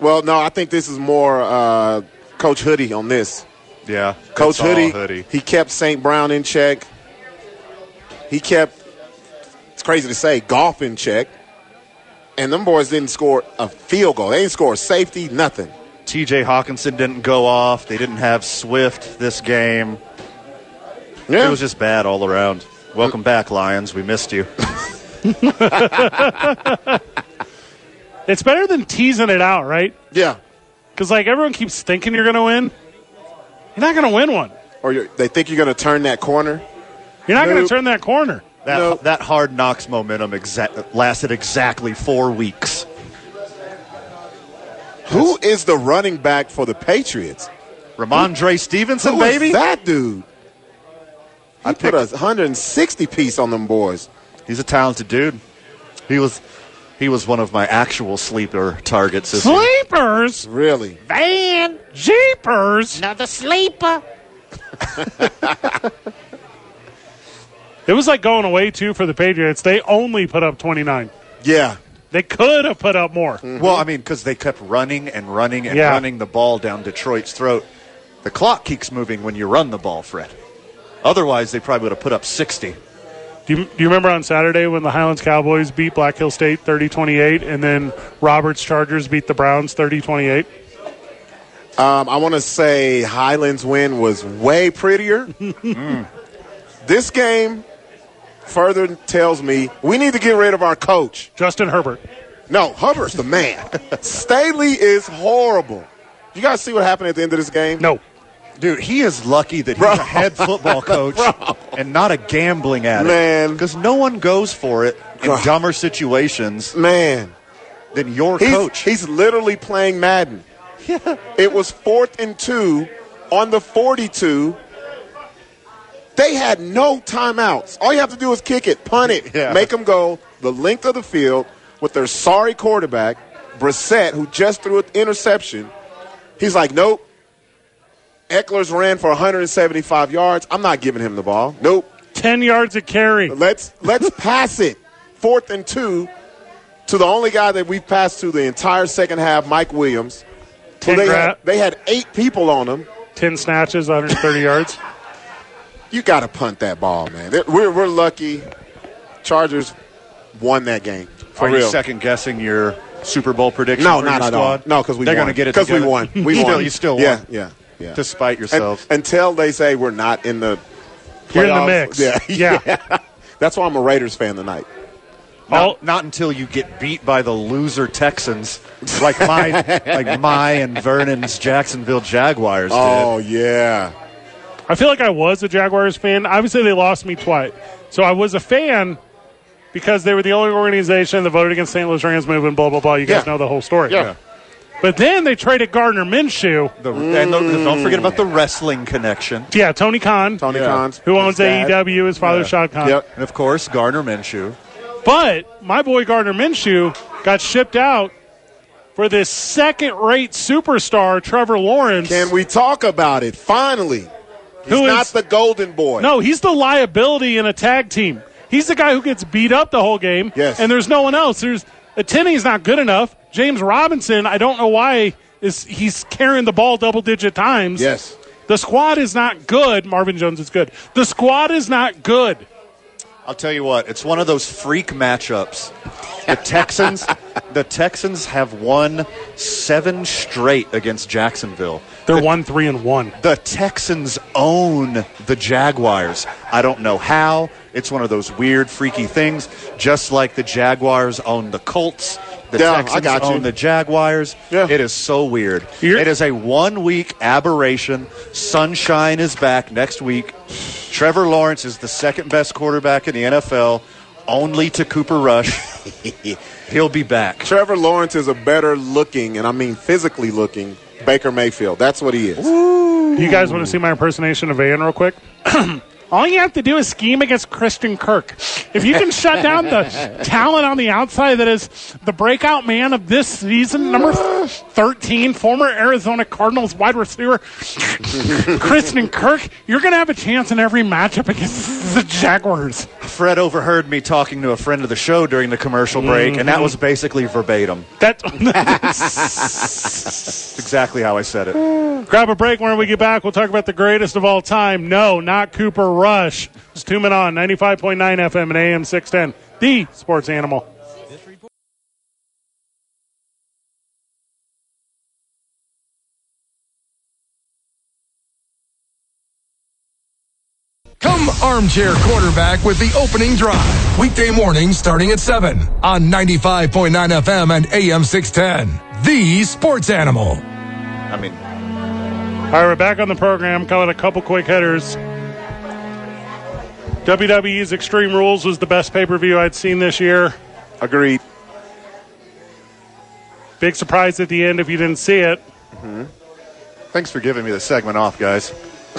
Speaker 5: Well, no, I think this is more uh, Coach Hoodie on this.
Speaker 4: yeah.
Speaker 5: Coach
Speaker 4: It's all
Speaker 5: Hoodie, he kept St. Brown in check. He kept, it's crazy to say, golf in check. And them boys didn't score a field goal. They didn't score a safety, nothing.
Speaker 4: T.J. Hawkinson didn't go off. They didn't have Swift this game. It
Speaker 5: Yeah.
Speaker 4: was just bad all around. Welcome back, Lions. We missed you.
Speaker 3: It's better than teasing it out, right?
Speaker 5: yeah.
Speaker 3: Because like everyone keeps thinking you're going to win, you're not going to win one.
Speaker 5: Or you they think you're going to turn that corner.
Speaker 3: You're not going to
Speaker 5: Nope.
Speaker 3: turn that corner.
Speaker 4: That
Speaker 5: Nope.
Speaker 4: that hard knocks momentum exact, lasted exactly four weeks.
Speaker 5: Who is the running back for the Patriots?
Speaker 4: Ramondre Stevenson,
Speaker 5: Who is
Speaker 4: baby.
Speaker 5: that dude? I put a 160 piece on them boys.
Speaker 4: He's a talented dude. He was he was one of my actual sleeper targets. This year.
Speaker 3: Sleepers,
Speaker 5: Really?
Speaker 9: Van,
Speaker 3: jeepers.
Speaker 9: another sleeper.
Speaker 3: It was like going away too for the Patriots. They only put up 29.
Speaker 5: Yeah.
Speaker 3: They could have put up more.
Speaker 4: Well, I mean, because they kept running and running and
Speaker 3: Yeah.
Speaker 4: running the ball down Detroit's throat. The clock keeps moving when you run the ball, Fred. Otherwise, they probably would have put up 60.
Speaker 3: Do you, do you remember on Saturday when the Highlands Cowboys beat Black Hill State 30 28 and then Roberts Chargers beat the Browns 30 28?
Speaker 5: Um, I want to say Highlands win was way prettier. This game further tells me we need to get rid of our coach.
Speaker 3: Justin Herbert.
Speaker 5: No, Hubbard's the man. Staley is horrible. You guys see what happened at the end of this game?
Speaker 3: No.
Speaker 4: Dude, he is lucky that he's a head *laughs* football coach and not a gambling addict.
Speaker 5: Man.
Speaker 4: Because no one goes for it in
Speaker 5: God.
Speaker 4: dumber situations
Speaker 5: Man,
Speaker 4: than your
Speaker 5: he's,
Speaker 4: coach.
Speaker 5: he's literally playing
Speaker 4: *laughs*
Speaker 5: Madden. It was fourth and two on the 42. They had no timeouts. All you have to do is kick it, punt it,
Speaker 4: Yeah.
Speaker 5: make them go the length of the field with their sorry quarterback, Brissett, who just threw an interception. He's like, nope. Eckler's ran for 175 yards. I'm not giving him the ball. Nope.
Speaker 3: 10 yards of carry.
Speaker 5: Let's let's pass it. fourth and two to the only guy that we've passed to the entire second half, Mike Williams.
Speaker 3: 10,
Speaker 5: who they, had,
Speaker 3: gra-
Speaker 5: they had eight people on him.
Speaker 3: 10 snatches, 130 *laughs* yards.
Speaker 5: You got to punt that ball, man. That- We're, we're lucky. Chargers won that game. For
Speaker 4: Are
Speaker 5: real.
Speaker 4: you second guessing your Super Bowl prediction?
Speaker 5: no,
Speaker 4: for
Speaker 5: not
Speaker 4: your
Speaker 5: at all.
Speaker 4: squad?
Speaker 5: No, because we
Speaker 4: they're
Speaker 5: won.
Speaker 4: gonna get it
Speaker 5: because we
Speaker 4: together. *laughs*
Speaker 5: won. We
Speaker 4: You
Speaker 5: won.
Speaker 4: still- You still won.
Speaker 5: yeah, yeah, yeah. And-
Speaker 4: Despite yourselves.
Speaker 5: until they say we're not in the
Speaker 3: You're in the
Speaker 5: playoffs.
Speaker 3: mix.
Speaker 5: *laughs* Yeah,
Speaker 3: Yeah.
Speaker 5: yeah. That's why I'm a Raiders fan tonight.
Speaker 3: All,
Speaker 4: Not, not until you get beat by the loser Texans, like my like my and Vernon's Jacksonville Jaguars did.
Speaker 5: Oh yeah,
Speaker 3: I feel like I was a Jaguars fan. Obviously, they lost me twice. So I was a fan because they were the only organization that voted against St. Louis Rams moving, blah, blah, blah. You guys
Speaker 5: Yeah.
Speaker 3: know the whole story.
Speaker 5: Yeah.
Speaker 3: But then they traded Gardner Minshew.
Speaker 4: The- and the- don't forget about the wrestling connection,
Speaker 3: Yeah, Tony Khan,
Speaker 5: Tony
Speaker 4: Yeah.
Speaker 5: Khan's
Speaker 3: who
Speaker 5: his
Speaker 3: owns
Speaker 5: dad.
Speaker 3: AEW. His father, Shad Khan.
Speaker 5: Yep.
Speaker 4: and of course Garner Minshew.
Speaker 3: But my boy Gardner Minshew got shipped out for this second-rate superstar, Trevor Lawrence.
Speaker 5: Can we talk about it finally? He's
Speaker 3: Who
Speaker 5: not
Speaker 3: is-
Speaker 5: the golden boy.
Speaker 3: No, he's the liability in a tag team. He's the guy who gets beat up the whole game.
Speaker 5: Yes.
Speaker 3: And there's no one else. There's Attendee's not good enough. James Robinson, I don't know why is he's carrying the ball double digit times.
Speaker 5: Yes.
Speaker 3: The squad is not good. Marvin Jones is good. The squad is not good.
Speaker 4: I'll tell you what, it's one of those freak matchups. The Texans, the Texans have won seven straight against Jacksonville.
Speaker 3: They're one, three, and one.
Speaker 4: The Texans own the Jaguars. I don't know how. It's one of those weird, freaky things. Just like the Jaguars own the Colts, the
Speaker 5: Yeah, I
Speaker 4: Texans
Speaker 5: got you.
Speaker 4: own the Jaguars.
Speaker 5: Yeah.
Speaker 4: It is so weird.
Speaker 3: You're-
Speaker 4: it is a one week aberration. Sunshine is back next week. Trevor Lawrence is the second best quarterback in the NFL, only to
Speaker 5: *laughs*
Speaker 4: Cooper Rush. He'll be back.
Speaker 5: Trevor Lawrence is a better looking, and I mean physically looking, Baker Mayfield. That's what he is.
Speaker 3: You guys want to see my impersonation of Van real quick? *clears throat* All you have to do is scheme against Christian Kirk. If you can shut down *laughs* the talent on the outside that is the breakout man of this season, number 13, former Arizona Cardinals wide *laughs* receiver Christian Kirk, you're going to have a chance in every matchup against the Jaguars.
Speaker 4: Fred overheard me talking to a friend of the show during the commercial break, and
Speaker 5: Mm-hmm.
Speaker 4: that was basically verbatim.
Speaker 3: That, *laughs*
Speaker 4: That's exactly how I said it.
Speaker 3: grab a break when we get back. We'll talk about the greatest of all time. No, not Cooper Rush. Just two men on 95.9 FM and AM 610, the sports animal.
Speaker 2: Come armchair quarterback with the opening drive. Weekday mornings starting at 7 on 95.9 FM and AM 610. The sports animal.
Speaker 4: I mean,
Speaker 3: All right, we're back on the program. Call it a couple quick headers. WWE's Extreme Rules was the best pay per view I'd seen this year.
Speaker 5: Agreed.
Speaker 3: Big surprise at the end if you didn't see it.
Speaker 4: thanks for giving me the segment off, guys.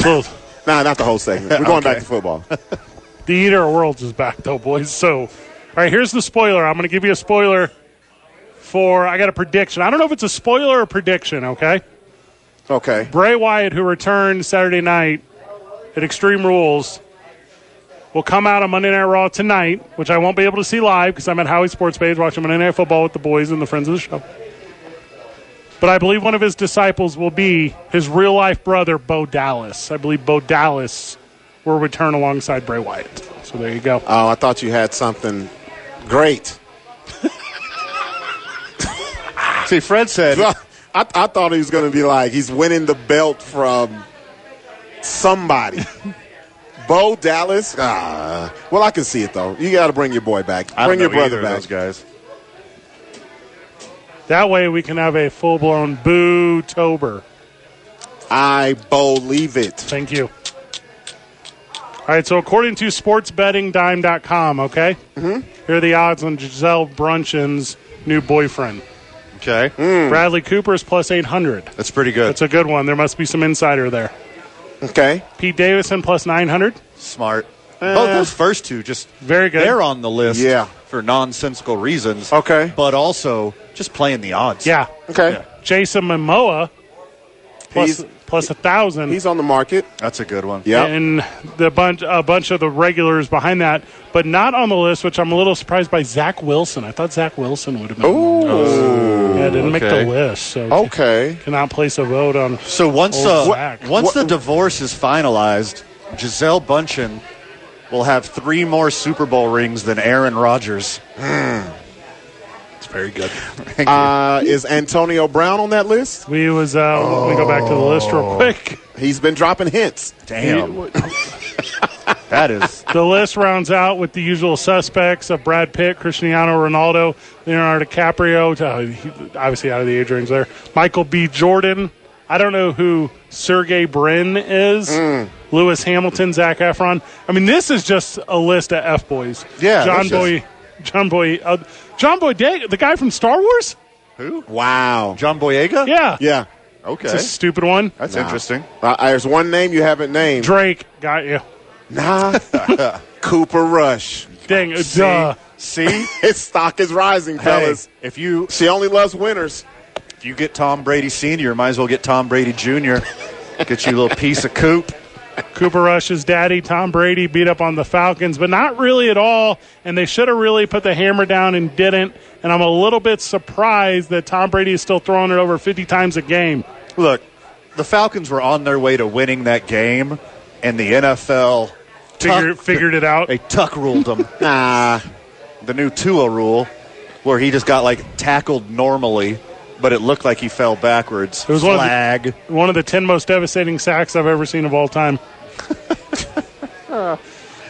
Speaker 3: Well,
Speaker 5: Nah, not the whole segment. We're going
Speaker 4: *laughs*
Speaker 5: back to football.
Speaker 3: the Eater of Worlds is back, though, boys. So, all right, here's the spoiler. I'm going to give you a spoiler for, I got a prediction. I don't know if it's a spoiler or prediction, okay?
Speaker 5: Okay.
Speaker 3: Bray Wyatt, who returned Saturday night at Extreme Rules, will come out on Monday Night Raw tonight, which I won't be able to see live because I'm at Howie Sports Page watching Monday Night Football with the boys and the friends of the show. But I believe one of his disciples will be his real life brother, Bo Dallas. I believe Bo Dallas will return alongside Bray Wyatt. So there you go.
Speaker 5: Oh, I thought you had something great. *laughs*
Speaker 4: See, Fred *laughs* said,
Speaker 5: I, I thought he was going to be like he's winning the belt from
Speaker 4: *laughs*
Speaker 5: somebody. Bo Dallas. Ah, well, I can see it though. You got to bring your boy back.
Speaker 4: I
Speaker 5: Bring your
Speaker 4: don't know
Speaker 5: brother
Speaker 4: either of
Speaker 5: back.
Speaker 4: those guys.
Speaker 3: That way we can have a full blown boo tober.
Speaker 5: I believe it.
Speaker 3: Thank you. All right, so according to sportsbettingdime.com, okay? Mm-hmm. Here are the odds on Giselle Brunchen's new boyfriend.
Speaker 4: Okay,
Speaker 3: Bradley Cooper is plus 800.
Speaker 4: Mm. that's pretty good.
Speaker 3: That's a good one. There must be some insider there.
Speaker 5: Okay.
Speaker 3: Pete Davison plus 900.
Speaker 4: Smart. Both those first two just
Speaker 3: Very good.
Speaker 4: They're on the list,
Speaker 5: Yeah.
Speaker 4: for nonsensical reasons.
Speaker 5: Okay.
Speaker 4: but also just playing the odds.
Speaker 3: Yeah.
Speaker 5: Okay.
Speaker 4: Yeah.
Speaker 3: Jason Momoa plus
Speaker 5: He's-
Speaker 3: plus a thousand.
Speaker 5: He's on the market.
Speaker 4: That's a good one.
Speaker 5: Yeah.
Speaker 3: and the bunch a bunch of the regulars behind that, but not on the list, which I'm a little surprised by. Zach Wilson. I thought Zach Wilson would have been.
Speaker 5: Ooh.
Speaker 3: yeah, didn't make the
Speaker 4: okay.
Speaker 3: list, so
Speaker 5: Okay.
Speaker 3: cannot place a vote on.
Speaker 4: So once
Speaker 3: Old
Speaker 4: uh,
Speaker 3: Zach.
Speaker 4: once the divorce is finalized, Giselle Bundchen will have three more Super Bowl rings than Aaron Rodgers.
Speaker 3: It's very good.
Speaker 4: Thank you.
Speaker 5: Uh, is Antonio Brown on that list?
Speaker 3: We was uh, let me go back to the list real quick.
Speaker 5: He's been dropping hints.
Speaker 4: Damn, *laughs* that is
Speaker 3: The list rounds out with the usual suspects of Brad Pitt, Cristiano Ronaldo, Leonardo DiCaprio, uh, he- obviously out of the age range there, Michael B. Jordan. I don't know who Sergey Brin is, Lewis Hamilton, Zach Efron. I mean, this is just a list of F boys.
Speaker 5: Yeah,
Speaker 3: John
Speaker 5: that's
Speaker 3: Boy, John Boy, uh, John Boy Day, the guy from Star Wars?
Speaker 5: Wow.
Speaker 4: John Boyega.
Speaker 3: Yeah.
Speaker 5: Yeah.
Speaker 4: Okay,
Speaker 3: It's a stupid one.
Speaker 4: that's interesting.
Speaker 5: Uh, there's one name you haven't named.
Speaker 3: Drake got you.
Speaker 5: nah.
Speaker 4: *laughs*
Speaker 5: Cooper Rush.
Speaker 3: Dang, uh,
Speaker 4: See,
Speaker 3: duh. *laughs*
Speaker 4: see,
Speaker 5: His stock is rising,
Speaker 4: hey,
Speaker 5: fellas.
Speaker 4: if you
Speaker 5: She only loves winners.
Speaker 4: if you get Tom Brady Senior, might as well get Tom
Speaker 3: *laughs*
Speaker 4: Brady Junior. Get you a little piece of coop.
Speaker 3: Cooper Rush's daddy, Tom Brady, beat up on the Falcons, but not really at all. And they should have really put the hammer down and didn't. And I'm a little bit surprised that Tom Brady is still throwing it over 50 times a game.
Speaker 4: Look, the Falcons were on their way to winning that game, and the NFL
Speaker 3: Figure,
Speaker 4: tucked-
Speaker 3: figured it out.
Speaker 4: They tuck
Speaker 3: *laughs*
Speaker 4: ruled them.
Speaker 5: Nah.
Speaker 4: the new Tua rule, where he just got like tackled normally, but it looked like he fell backwards.
Speaker 3: It was one of the-
Speaker 4: flag.
Speaker 3: One of the 10 most devastating sacks I've ever seen of all time.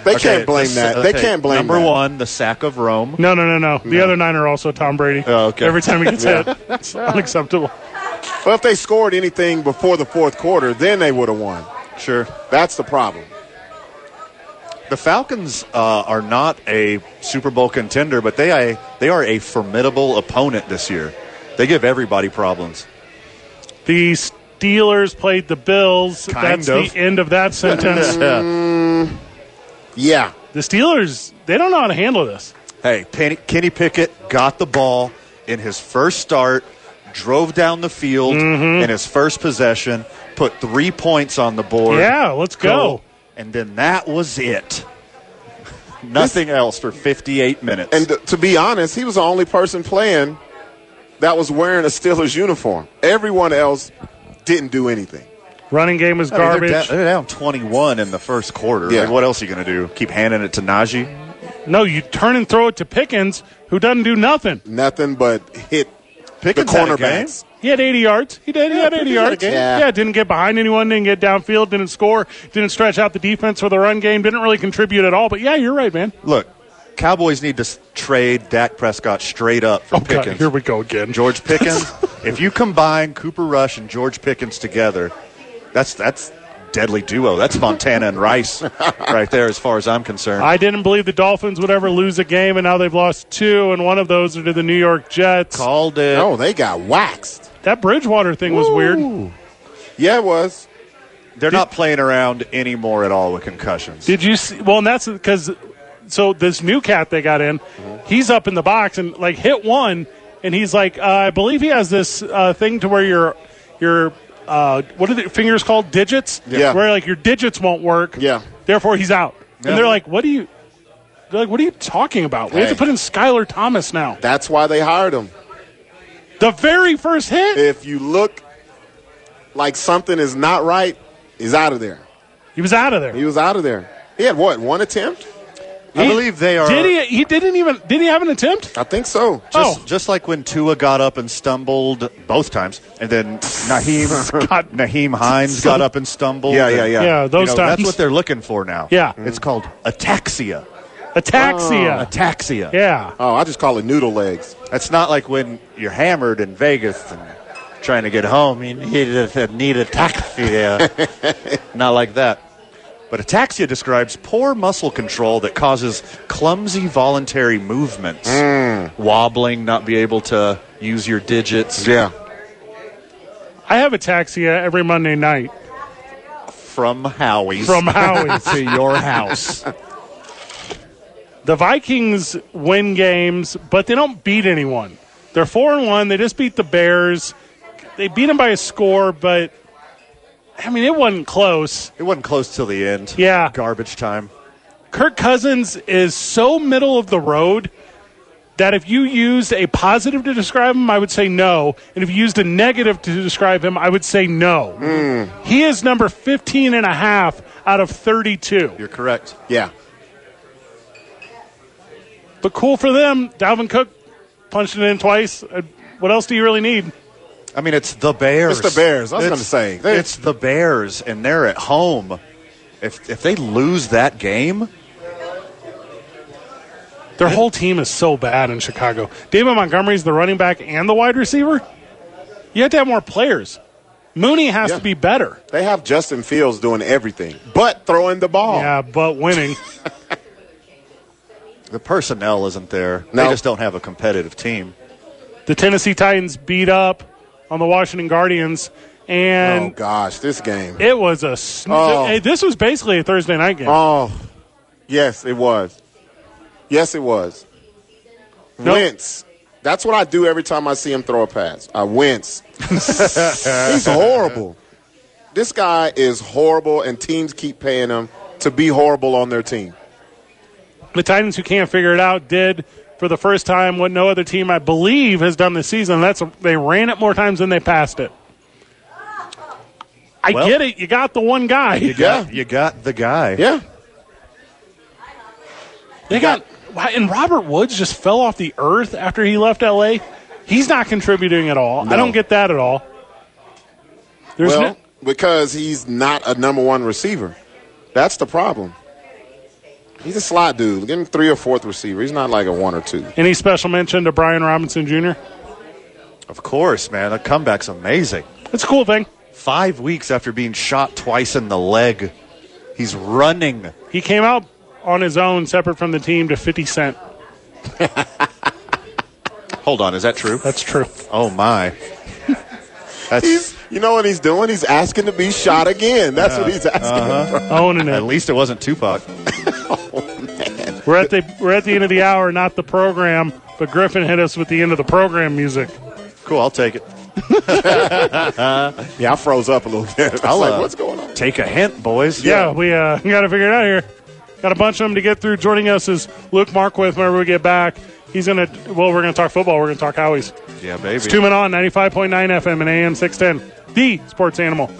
Speaker 5: They
Speaker 4: Okay,
Speaker 5: can't blame
Speaker 4: the-
Speaker 5: that. They
Speaker 4: okay,
Speaker 5: can't blame
Speaker 4: number
Speaker 5: that.
Speaker 4: one, the sack of Rome.
Speaker 3: No, no, no, no. The other nine are also Tom Brady.
Speaker 4: Oh, okay.
Speaker 3: Every time he
Speaker 4: *laughs*
Speaker 3: gets hit, it's unacceptable.
Speaker 5: Well, if they scored anything before the fourth quarter, then they would have won.
Speaker 4: Sure.
Speaker 5: That's the problem.
Speaker 4: The Falcons uh, are not a Super Bowl contender, but they I, they are a formidable opponent this year. They give
Speaker 3: *laughs*
Speaker 4: everybody problems.
Speaker 3: The Steelers played the Bills.
Speaker 4: Kind
Speaker 3: That's
Speaker 4: of.
Speaker 3: the end of that sentence.
Speaker 4: *laughs* Yeah.
Speaker 5: Yeah.
Speaker 3: the Steelers, they don't know how to handle this.
Speaker 4: Hey, Penny, Kenny Pickett got the ball in his first start, drove down the field
Speaker 3: Mm-hmm.
Speaker 4: in his first possession, put three points on the board.
Speaker 3: Yeah, let's go.
Speaker 4: And then that was it. *laughs* Nothing else for 58 minutes.
Speaker 5: And th- to be honest, he was the only person playing that was wearing a Steelers uniform. Everyone else didn't do anything.
Speaker 3: Running game was
Speaker 4: I mean,
Speaker 3: garbage.
Speaker 4: They're, down, they're down 21 in the first quarter.
Speaker 5: Yeah.
Speaker 4: Like, what else are you going to do? Keep handing it to Najee?
Speaker 3: No, you turn and throw it to Pickens, who doesn't do nothing.
Speaker 5: Nothing but hit
Speaker 4: Pickens
Speaker 5: the
Speaker 4: had a game.
Speaker 5: cornerbacks.
Speaker 3: He had 80 yards. He did. He had 80 yards.
Speaker 5: game. Yeah.
Speaker 3: didn't get behind anyone, didn't get downfield, didn't score, didn't stretch out the defense for the run game, didn't really contribute at all. But yeah, you're right, man.
Speaker 4: Look, Cowboys need to s- trade Dak Prescott straight up for
Speaker 3: Oh, God,
Speaker 4: Pickens.
Speaker 3: here we go again. *laughs*
Speaker 4: George Pickens. if you combine Cooper Rush and George Pickens together, that's that's deadly duo. That's Montana
Speaker 3: *laughs*
Speaker 4: and Rice right there, as far as I'm concerned.
Speaker 3: I didn't believe the Dolphins would ever lose a game, and now they've lost two, and one of those are to the New York Jets.
Speaker 4: called it.
Speaker 5: Oh, they got waxed.
Speaker 3: That Bridgewater thing was weird.
Speaker 5: Yeah, it was.
Speaker 4: They're not playing around anymore at all with concussions.
Speaker 3: Did you see? Well, and that's because so this new cat they got in, he's up in the box and like hit one, and he's like, uh, I believe he has this uh, thing to where your your uh, what are the fingers called? Digits.
Speaker 5: Yeah.
Speaker 3: Where like your digits won't work.
Speaker 5: Yeah.
Speaker 3: Therefore, he's out.
Speaker 4: Yeah.
Speaker 3: And they're like, What do you? They're like, What are you talking about? We have to
Speaker 5: Hey.
Speaker 3: put in Skylar Thomas now.
Speaker 5: That's why they hired him.
Speaker 3: The very first hit,
Speaker 5: If you look like something is not right, he's out of there.
Speaker 3: he was out of there.
Speaker 5: He was out of there. He had what? One attempt?
Speaker 4: I believe they are.
Speaker 3: Did he? He didn't even. Did he have an attempt?
Speaker 5: I think so.
Speaker 4: Just,
Speaker 3: oh.
Speaker 4: just like when Tua got up and stumbled both times, and then Naheem
Speaker 3: *laughs*
Speaker 4: *laughs* Naheem Hines got up and stumbled.
Speaker 5: Yeah, yeah, Mm-hmm. yeah.
Speaker 3: Yeah, those
Speaker 4: You know,
Speaker 3: times.
Speaker 4: That's what they're looking for now.
Speaker 3: Yeah.
Speaker 4: it's called ataxia. Uh,
Speaker 3: Ataxia.
Speaker 4: Ataxia.
Speaker 3: yeah.
Speaker 5: Oh, I just call it noodle legs.
Speaker 4: That's not like when you're hammered in Vegas and trying to get home. You need a, need a taxi.
Speaker 5: *laughs*
Speaker 4: not like that. But ataxia describes poor muscle control that causes clumsy voluntary movements, wobbling, not be able to use your digits.
Speaker 5: Mm. Yeah.
Speaker 3: I have ataxia every Monday night
Speaker 4: From Howie's.
Speaker 3: from Howie's.
Speaker 4: to your house.
Speaker 3: The Vikings win games, but they don't beat anyone. They're four and one. They just beat the Bears. They beat them by a score, but I mean, it wasn't close.
Speaker 4: It wasn't close till the end.
Speaker 3: Yeah.
Speaker 4: *laughs* Garbage time.
Speaker 3: Kirk Cousins is so middle of the road that if you used a positive to describe him, I would say no. And if you used a negative to describe him, I would say no. He is number 15 and a half out of 32.
Speaker 4: You're correct.
Speaker 5: Yeah.
Speaker 3: But cool for them. Dalvin Cook punched it in twice. Uh, What else do you really need?
Speaker 4: I mean, it's the Bears.
Speaker 5: It's the Bears. I was
Speaker 4: It's-
Speaker 5: gonna say. They-
Speaker 4: it's the Bears, and they're at home. If if they lose that game,
Speaker 3: Their whole team is so bad in Chicago. David Montgomery's the running back and the wide receiver. You have to have more players. Mooney has
Speaker 5: Yeah.
Speaker 3: to be better.
Speaker 5: They have Justin Fields doing everything but throwing the ball.
Speaker 3: Yeah, but winning.
Speaker 5: *laughs*
Speaker 4: the personnel isn't there.
Speaker 5: No.
Speaker 4: They just don't have a competitive team.
Speaker 3: the Tennessee Titans beat up on the Washington Guardians,
Speaker 5: Oh
Speaker 3: and
Speaker 5: gosh, this game.
Speaker 3: it was a. Sn-
Speaker 5: Oh.
Speaker 3: Hey, this was basically a Thursday night game.
Speaker 5: Oh, yes, it was. Yes, it was.
Speaker 3: Nope.
Speaker 5: Wince. That's what I do every time I see him throw a pass.
Speaker 3: *laughs*
Speaker 5: I wince. He's horrible. This guy is horrible, and teams keep paying him to be horrible on their team.
Speaker 3: The Titans, who can't figure it out, did for the first time what no other team, I believe, has done this season. That's they ran it more times than they passed it. I
Speaker 4: Well-
Speaker 3: get it. You got the one guy.
Speaker 5: Yeah.
Speaker 4: You got the guy.
Speaker 5: Yeah.
Speaker 3: They got wow, and Robert Woods just fell off the earth after he left LA. He's not contributing at all. I
Speaker 5: No.
Speaker 3: don't get that at all. There's
Speaker 5: well,
Speaker 3: no,
Speaker 5: because he's not a number one receiver. That's the problem. He's a slot dude. Give him three or fourth receiver. He's not like a one or two.
Speaker 3: any special mention to Brian Robinson Jr.
Speaker 4: Of course, man. The comeback's amazing.
Speaker 3: It's a cool thing.
Speaker 4: Five weeks after being shot twice in the leg, he's running.
Speaker 3: He came out on his own, separate from the team, to 50 Cent.
Speaker 4: Hold on, is that true?
Speaker 3: That's true.
Speaker 5: *laughs*
Speaker 4: Oh my. That's
Speaker 5: He's, you know what he's doing? He's asking to be shot again. That's what he's asking.
Speaker 3: Uh-huh. Owning
Speaker 4: at
Speaker 3: it.
Speaker 4: least it wasn't Tupac.
Speaker 3: We're at the we're at the end of the hour, not the program. But Griffin hit us with the end of the program music.
Speaker 4: Cool, I'll take it.
Speaker 5: Yeah, I froze up a little bit. *laughs* I
Speaker 4: I'll,
Speaker 5: was like,
Speaker 4: uh,
Speaker 5: what's going on?
Speaker 4: Take a hint, boys.
Speaker 3: Yeah, we uh, *laughs* got to figure it out here. Got a bunch of them to get through. Joining us is Luke Markwith. Whenever we get back, he's gonna. Well, we're gonna talk football. We're gonna talk Howie's.
Speaker 4: Yeah, baby.
Speaker 3: It's two men on ninety five point nine FM and AM six ten. The Sports Animal.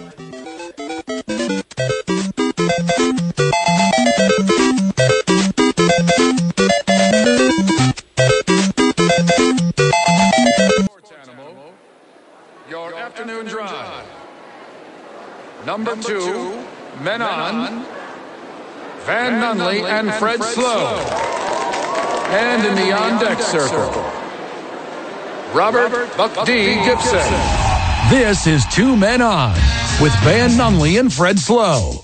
Speaker 1: Your afternoon drive. Number two, men on. Van Nunley and Fred Slow. And in the on deck circle, Robert Buck D. Gibson.
Speaker 2: This is Two Men On with Van Nunley and Fred Slow.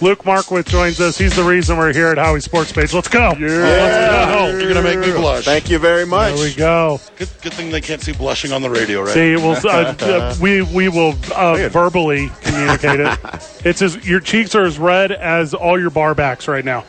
Speaker 3: Luke Markwith joins us. He's the reason we're here at Howie Sports Page. Let's go. Let's go.
Speaker 9: You're gonna make me blush.
Speaker 5: Thank you very much.
Speaker 3: There we go.
Speaker 9: Good, good thing they can't see blushing on the radio, right?
Speaker 3: See, we'll, uh,
Speaker 9: *laughs*
Speaker 3: uh, we we will uh, verbally communicate it. It's as, your cheeks are as red as all your bar backs right now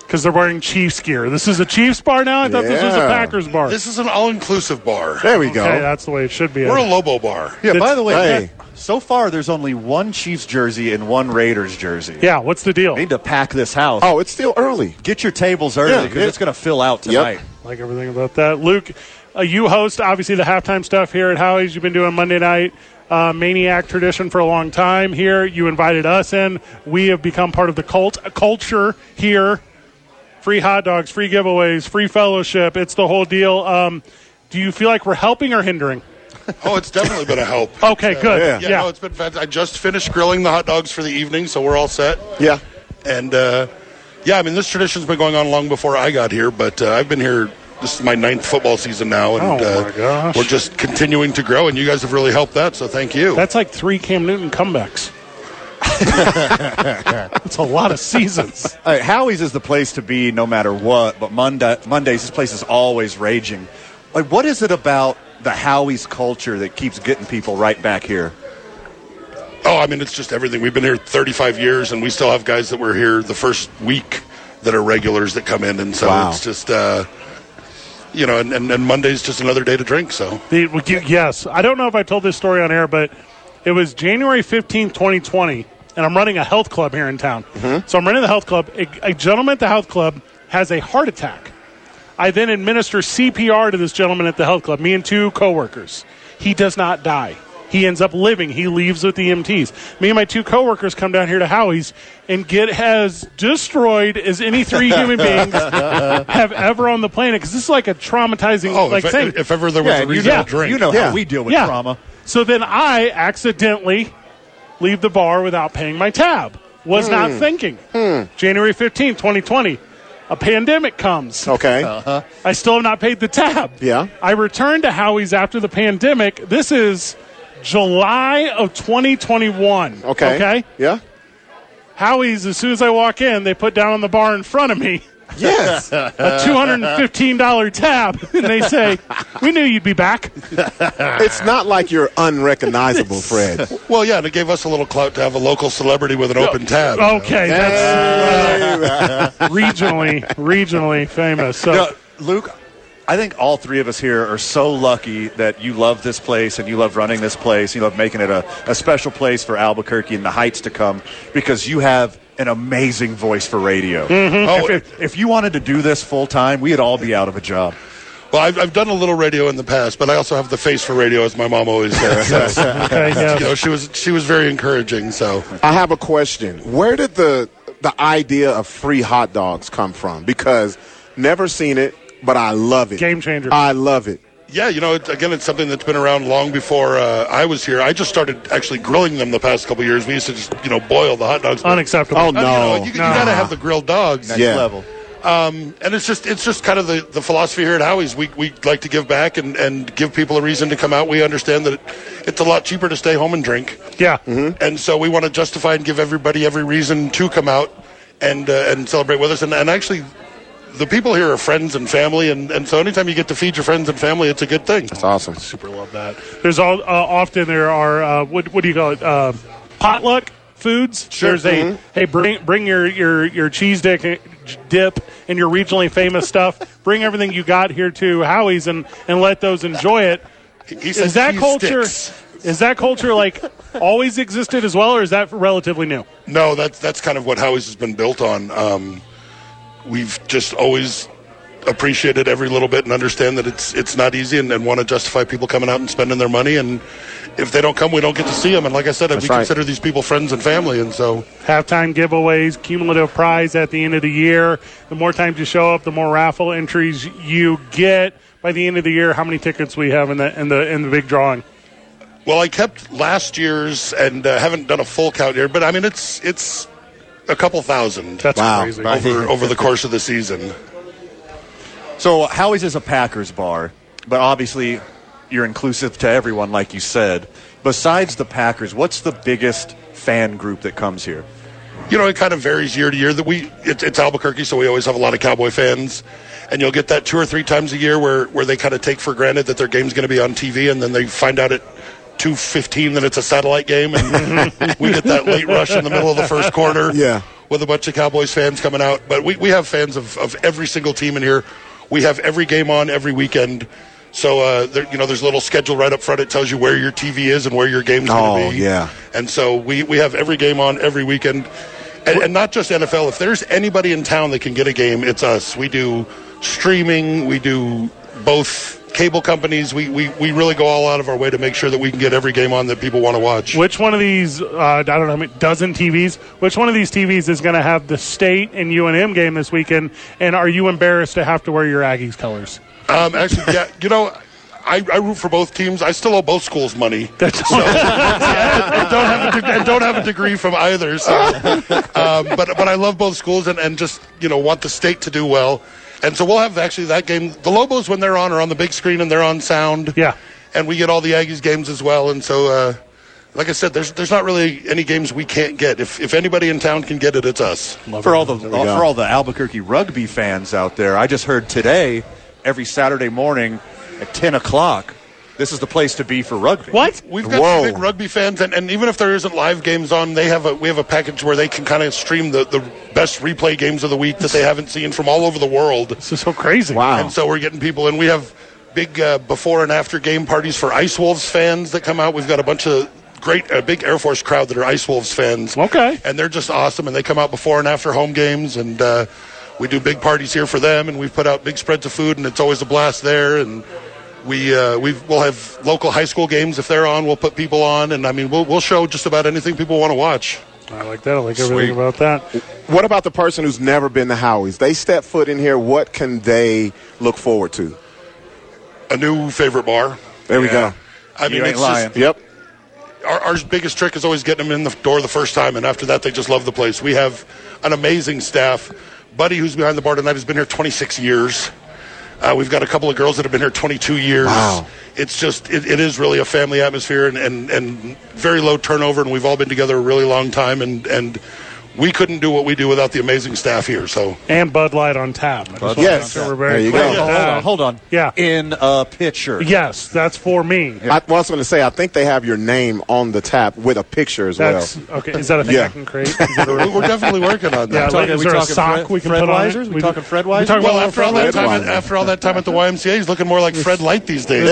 Speaker 3: because they're wearing Chiefs gear. This is a Chiefs bar now. I thought this was a
Speaker 5: Yeah.
Speaker 3: Packers bar.
Speaker 9: This is an all-inclusive bar.
Speaker 5: There we go.
Speaker 3: okay, that's the way it should be.
Speaker 9: We're a Lobo bar.
Speaker 4: Yeah, by
Speaker 3: That's-
Speaker 4: the way,
Speaker 5: Hey.
Speaker 4: that- so far there's only one Chiefs jersey and one Raiders jersey.
Speaker 3: yeah, what's the deal?
Speaker 4: I need to pack this house.
Speaker 5: oh, it's still early.
Speaker 4: Get your tables early
Speaker 5: Yeah,
Speaker 4: because
Speaker 5: it-
Speaker 4: it's going to fill out
Speaker 5: Yep.
Speaker 4: tonight.
Speaker 3: Like everything about that, Luke. Uh, you host obviously the halftime stuff here at Howie's. You've been doing Monday night. Uh, maniac tradition for a long time here. You invited us in. We have become part of the cult culture here. Free hot dogs, free giveaways, free fellowship. It's the whole deal. Um, do you feel like we're helping or hindering?
Speaker 9: Oh, it's definitely been a help.
Speaker 3: Okay, good. *laughs*
Speaker 9: Yeah,
Speaker 3: Yeah.
Speaker 9: no, it's been fantastic. I just finished grilling the hot dogs for the evening, so we're all set.
Speaker 5: Yeah.
Speaker 9: And uh, yeah, I mean, this tradition's been going on long before I got here, but uh, I've been here. This is my ninth football season now, and
Speaker 3: Oh,
Speaker 9: uh,
Speaker 3: my gosh.
Speaker 9: we're just continuing to grow. And you guys have really helped that, so thank you.
Speaker 3: That's like three Cam Newton comebacks. That's a lot of
Speaker 4: *laughs*
Speaker 3: seasons.
Speaker 4: All right, Howie's is the place to be no matter what, but Monday, Mondays, this place is always raging. Like, what is it about the Howie's culture that keeps getting people right back here?
Speaker 9: Oh, I mean, it's just everything. We've been here 35 years, and we still have guys that were here the first week that are regulars that come in, and so
Speaker 5: Wow.
Speaker 9: it's just, uh, you know, and, and, and Monday's just another day to drink. So
Speaker 3: The, well, you- yes, I don't know if I told this story on air, but It was January 15, 2020, and I'm running a health club here in town.
Speaker 9: Mm-hmm.
Speaker 3: So I'm running the health club. A, a gentleman at the health club has a heart attack. I then administer CPR to this gentleman at the health club, me and two coworkers. He does not die. He ends up living. He leaves with the EMTs. Me and my two coworkers come down here to Howie's and get as destroyed as any three
Speaker 9: *laughs*
Speaker 3: human beings have ever on the planet because this is like a traumatizing
Speaker 9: Oh,
Speaker 3: like
Speaker 9: if,
Speaker 3: thing.
Speaker 9: if ever there was
Speaker 3: Yeah,
Speaker 9: a
Speaker 3: you
Speaker 9: reason
Speaker 3: know-
Speaker 9: to drink.
Speaker 3: you know how Yeah. we deal with Yeah. trauma. So then I accidentally leave the bar without paying my tab. Was not
Speaker 5: Hmm.
Speaker 3: thinking. January 15, 2020, a pandemic comes.
Speaker 5: Okay.
Speaker 3: Uh, I still have not paid the tab.
Speaker 5: Yeah.
Speaker 3: I returned to Howie's after the pandemic. This is July of 2021.
Speaker 5: Okay.
Speaker 3: Okay.
Speaker 5: Yeah.
Speaker 3: Howie's, as soon as I walk in, they put down on the bar in front of me *laughs*
Speaker 5: Yes.
Speaker 3: a $215 tab, *laughs* and they say, We knew you'd be back.
Speaker 5: it's not like you're unrecognizable, Fred.
Speaker 9: Well, yeah, and it gave us a little clout to have a local celebrity with an open tab.
Speaker 3: Okay, that's uh, regionally regionally famous. So
Speaker 4: No, Luke, I think all three of us here are so lucky that you love this place and you love running this place. You love making it a, a special place for Albuquerque and the heights to come because you have an amazing voice for radio.
Speaker 9: Oh,
Speaker 4: If- if, if you wanted to do this full time, we'd all be out of a job.
Speaker 9: Well, I've, I've done a little radio in the past, but I also have the face for radio, as my mom always *laughs* says. So,
Speaker 5: Okay, yeah.
Speaker 9: You know, she was she was very encouraging. So
Speaker 5: I have a question. Where did the the idea of free hot dogs come from? Because never seen it, but I love it. Game
Speaker 3: changer.
Speaker 5: I love it.
Speaker 9: Yeah, you know, it, again, it's something that's been around long before uh, I was here. I just started actually grilling them the past couple years. We used to just, you know, boil the hot dogs. but-
Speaker 3: Unacceptable. Oh,
Speaker 9: Uh, you
Speaker 3: no.
Speaker 9: know, you, you gotta have the grilled dogs.
Speaker 4: Next Yeah. level.
Speaker 9: Um, and it's just it's just kind of the, the philosophy here at Howie's. We we like to give back and, and give people a reason to come out. We understand that it, it's a lot cheaper to stay home and drink,
Speaker 3: yeah,
Speaker 9: and so we want to justify and give everybody every reason to come out and uh, and celebrate with us. And, and actually, the people here are friends and family, and, and so anytime you get to feed your friends and family, it's a good thing. That's
Speaker 5: awesome.
Speaker 9: Super love that.
Speaker 3: there's all uh, often there are uh, what what do you call it uh, potluck foods.
Speaker 9: Sure.
Speaker 3: There's
Speaker 9: Mhm.
Speaker 3: a hey bring bring your your your cheese dick eh, dip and your regionally famous stuff. Bring everything you got here to Howie's and and let those enjoy it.
Speaker 9: Is
Speaker 11: says
Speaker 3: that
Speaker 11: cheese
Speaker 3: culture?
Speaker 11: sticks.
Speaker 3: Is that culture like always existed as well, or is that relatively new?
Speaker 9: No, that's that's kind of what Howie's has been built on. Um, we've just always appreciated every little bit and understand that it's it's not easy and, and want to justify people coming out and spending their money. And if they don't come, we don't get to see them. And like I said,
Speaker 3: That's
Speaker 9: we
Speaker 3: right.
Speaker 9: consider these people friends and family. And so
Speaker 3: halftime giveaways, cumulative prize at the end of the year. The more times you show up, the more raffle entries you get. By the end of the year, how many tickets we have in the in the in the big drawing?
Speaker 9: Well, I kept last year's and uh, haven't done a full count here, but I mean it's it's a couple thousand.
Speaker 3: That's
Speaker 4: Wow. crazy.
Speaker 9: over over the course of the season.
Speaker 4: So Howie's is a Packers bar, but obviously you're inclusive to everyone, like you said. Besides the Packers, what's the biggest fan group that comes here?
Speaker 9: You know, it kind of varies year to year. That we it's it's Albuquerque, so we always have a lot of Cowboy fans, and you'll get that two or three times a year where where they kind of take for granted that their game's going to be on TV, and then they find out at two fifteen that it's a satellite game, and we get that late rush in the middle of the first quarter.
Speaker 5: *laughs* Yeah.
Speaker 9: with a bunch of Cowboys fans coming out. But we, we have fans of, of every single team in here. We have every game on every weekend. So, uh, there, you know, there's a little schedule right up front. It tells you where your TV is and where your game's
Speaker 5: Oh,
Speaker 9: going to be.
Speaker 5: yeah.
Speaker 9: And so we, we have every game on every weekend. And, and not just NFL. If there's anybody in town that can get a game, it's us. We do streaming. We do both cable companies. We, we, we really go all out of our way to make sure that we can get every game on that people want to watch.
Speaker 3: Which one of these? Uh, I don't know, how many dozen TVs. Which one of these TVs is going to have the state and UNM game this weekend? And are you embarrassed to have to wear your Aggies colors?
Speaker 9: Um, actually, yeah, you know, I, I root for both teams. I still owe both schools money. That's so, and don't have a de- and don't have a degree from either. So, um, but but I love both schools and, and just you know want the state to do well. And so we'll have actually that game. The Lobos when they're on are on the big screen and they're on sound.
Speaker 3: Yeah.
Speaker 9: And we get all the Aggies games as well. And so. Uh, like I said, there's there's not really any games we can't get. If if anybody in town can get it, it's us.
Speaker 4: for all the for all the Albuquerque rugby fans out there, I just heard today, every Saturday morning at ten o'clock, this is the place to be for rugby.
Speaker 3: What?
Speaker 9: We've got some big rugby fans, and, and even if there isn't live games on, they have a we have a package where they can kind of stream the, the best replay games of the week that they haven't seen from all over the world. This
Speaker 3: is so crazy!
Speaker 4: Oh.
Speaker 5: Wow!
Speaker 9: And so we're getting people, and we have big uh, before and after game parties for Ice Wolves fans that come out. We've got a bunch of great, a big Air Force crowd that are Ice Wolves fans.
Speaker 3: Okay.
Speaker 9: And they're just awesome, and they come out before and after home games, and uh, we do big parties here for them, and we put out big spreads of food, and it's always a blast there, and. We uh, we will have local high school games if they're on. We'll put people on, and I mean we'll we'll show just about anything people want to watch.
Speaker 3: I like that. I like everything about that.
Speaker 5: What about the person who's never been to Howie's? They step foot in here. What can they look forward to?
Speaker 9: A new favorite bar.
Speaker 5: There we go.
Speaker 9: I mean, it's just
Speaker 5: yep.
Speaker 9: our, our biggest trick is always getting them in the door the first time, and after that, they just love the place. We have an amazing staff. Buddy, who's behind the bar tonight, has been here 26 years. Uh, we've got a couple of girls that have been here 22 years.
Speaker 5: Wow.
Speaker 9: It's just, it, it is really a family atmosphere and, and, and very low turnover, and we've all been together a really long time, and, and we couldn't do what we do without the amazing staff here. So
Speaker 3: And Bud Light on tap. I just wanna
Speaker 5: Yes.
Speaker 3: make sure we're
Speaker 5: There
Speaker 3: very
Speaker 5: you
Speaker 3: clear
Speaker 5: go.
Speaker 3: with
Speaker 5: Yeah.
Speaker 4: Hold
Speaker 3: that.
Speaker 4: on, hold on.
Speaker 3: Yeah.
Speaker 4: In a picture.
Speaker 3: Yes, that's for me.
Speaker 5: I was going to say, I think they have your name on the tap with a picture as
Speaker 3: That's
Speaker 5: well.
Speaker 3: okay. Is that a thing
Speaker 5: Yeah.
Speaker 3: I can
Speaker 5: *laughs*
Speaker 3: create? Is that a
Speaker 9: we're definitely working on
Speaker 3: yeah, like,
Speaker 9: that.
Speaker 4: talking-
Speaker 3: is
Speaker 4: we
Speaker 3: there a
Speaker 4: talking
Speaker 3: sock
Speaker 4: Fred-
Speaker 3: we can
Speaker 4: Fred
Speaker 3: put on
Speaker 4: Weisers?
Speaker 3: it?
Speaker 4: We talking Fred
Speaker 3: We
Speaker 4: Weisers?
Speaker 3: talking
Speaker 9: well,
Speaker 3: about
Speaker 9: after all, that
Speaker 5: Fred
Speaker 9: time at,
Speaker 5: Weiser.
Speaker 9: after all that time at the YMCA, he's looking more like Fred Light these days.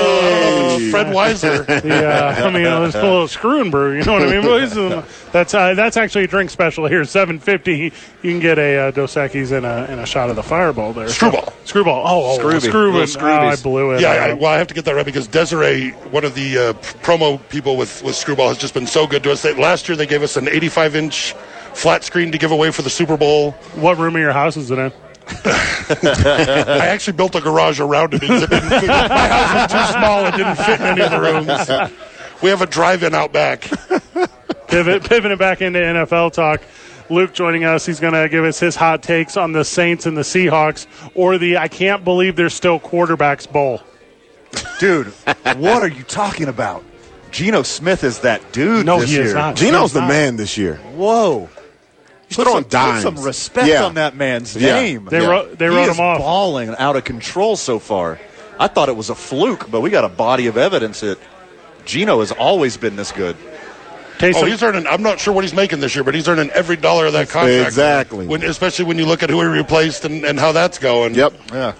Speaker 5: Hey!
Speaker 9: Fred *laughs* Weiser.
Speaker 3: Yeah, uh, I mean, it's a little screw and brew. You know what I mean, boys? Um, That's uh, that's actually a drink special here. Seven fifty. You can get a uh, Dos Equis and a and a shot of the Fireball there.
Speaker 9: Screwball.
Speaker 3: Screwball. Oh, oh
Speaker 4: Screwby.
Speaker 3: screw and-
Speaker 4: Little
Speaker 3: oh, I
Speaker 4: screwbies.
Speaker 3: blew it.
Speaker 9: Yeah,
Speaker 3: I
Speaker 9: I, well, I have to get that right because Desiree, one of the uh, p- promo people with, with Screwball, has just been so good to us. They, last year, they gave us an 85 inch flat screen to give away for the Super Bowl.
Speaker 3: Uh, what room of your house is it in?
Speaker 5: Uh.
Speaker 9: I actually built a garage around it because it didn't fit. my house was too small; it didn't fit in any of the rooms. We have a drive-in
Speaker 5: *laughs*
Speaker 9: out back.
Speaker 3: Pivot, pivoting back into NFL talk. Luke joining us. He's going to give us his hot takes on the Saints and the Seahawks, or the I can't believe there's still quarterbacks bowl.
Speaker 4: Dude, what are you talking about? Geno Smith is that dude
Speaker 3: No,
Speaker 4: this
Speaker 3: he
Speaker 4: year.
Speaker 3: is not.
Speaker 5: Geno's the
Speaker 3: Not-
Speaker 5: man this year.
Speaker 4: Whoa.
Speaker 5: Put on dimes.
Speaker 4: some respect
Speaker 5: Yeah.
Speaker 4: on that man's
Speaker 5: Yeah.
Speaker 4: name.
Speaker 3: They
Speaker 5: Yeah.
Speaker 3: wrote they
Speaker 4: He
Speaker 3: wrote
Speaker 4: is
Speaker 3: him off.
Speaker 4: balling and out of control so far. I thought it was a fluke, but we got a body of evidence that Gino has always been this good.
Speaker 3: Taysom-
Speaker 9: Oh, he's earning. I'm not sure what he's making this year, but he's earning every dollar of that contract.
Speaker 5: Exactly.
Speaker 9: When, especially when you look at who he replaced and, and how that's going.
Speaker 5: Yep.
Speaker 4: Yeah.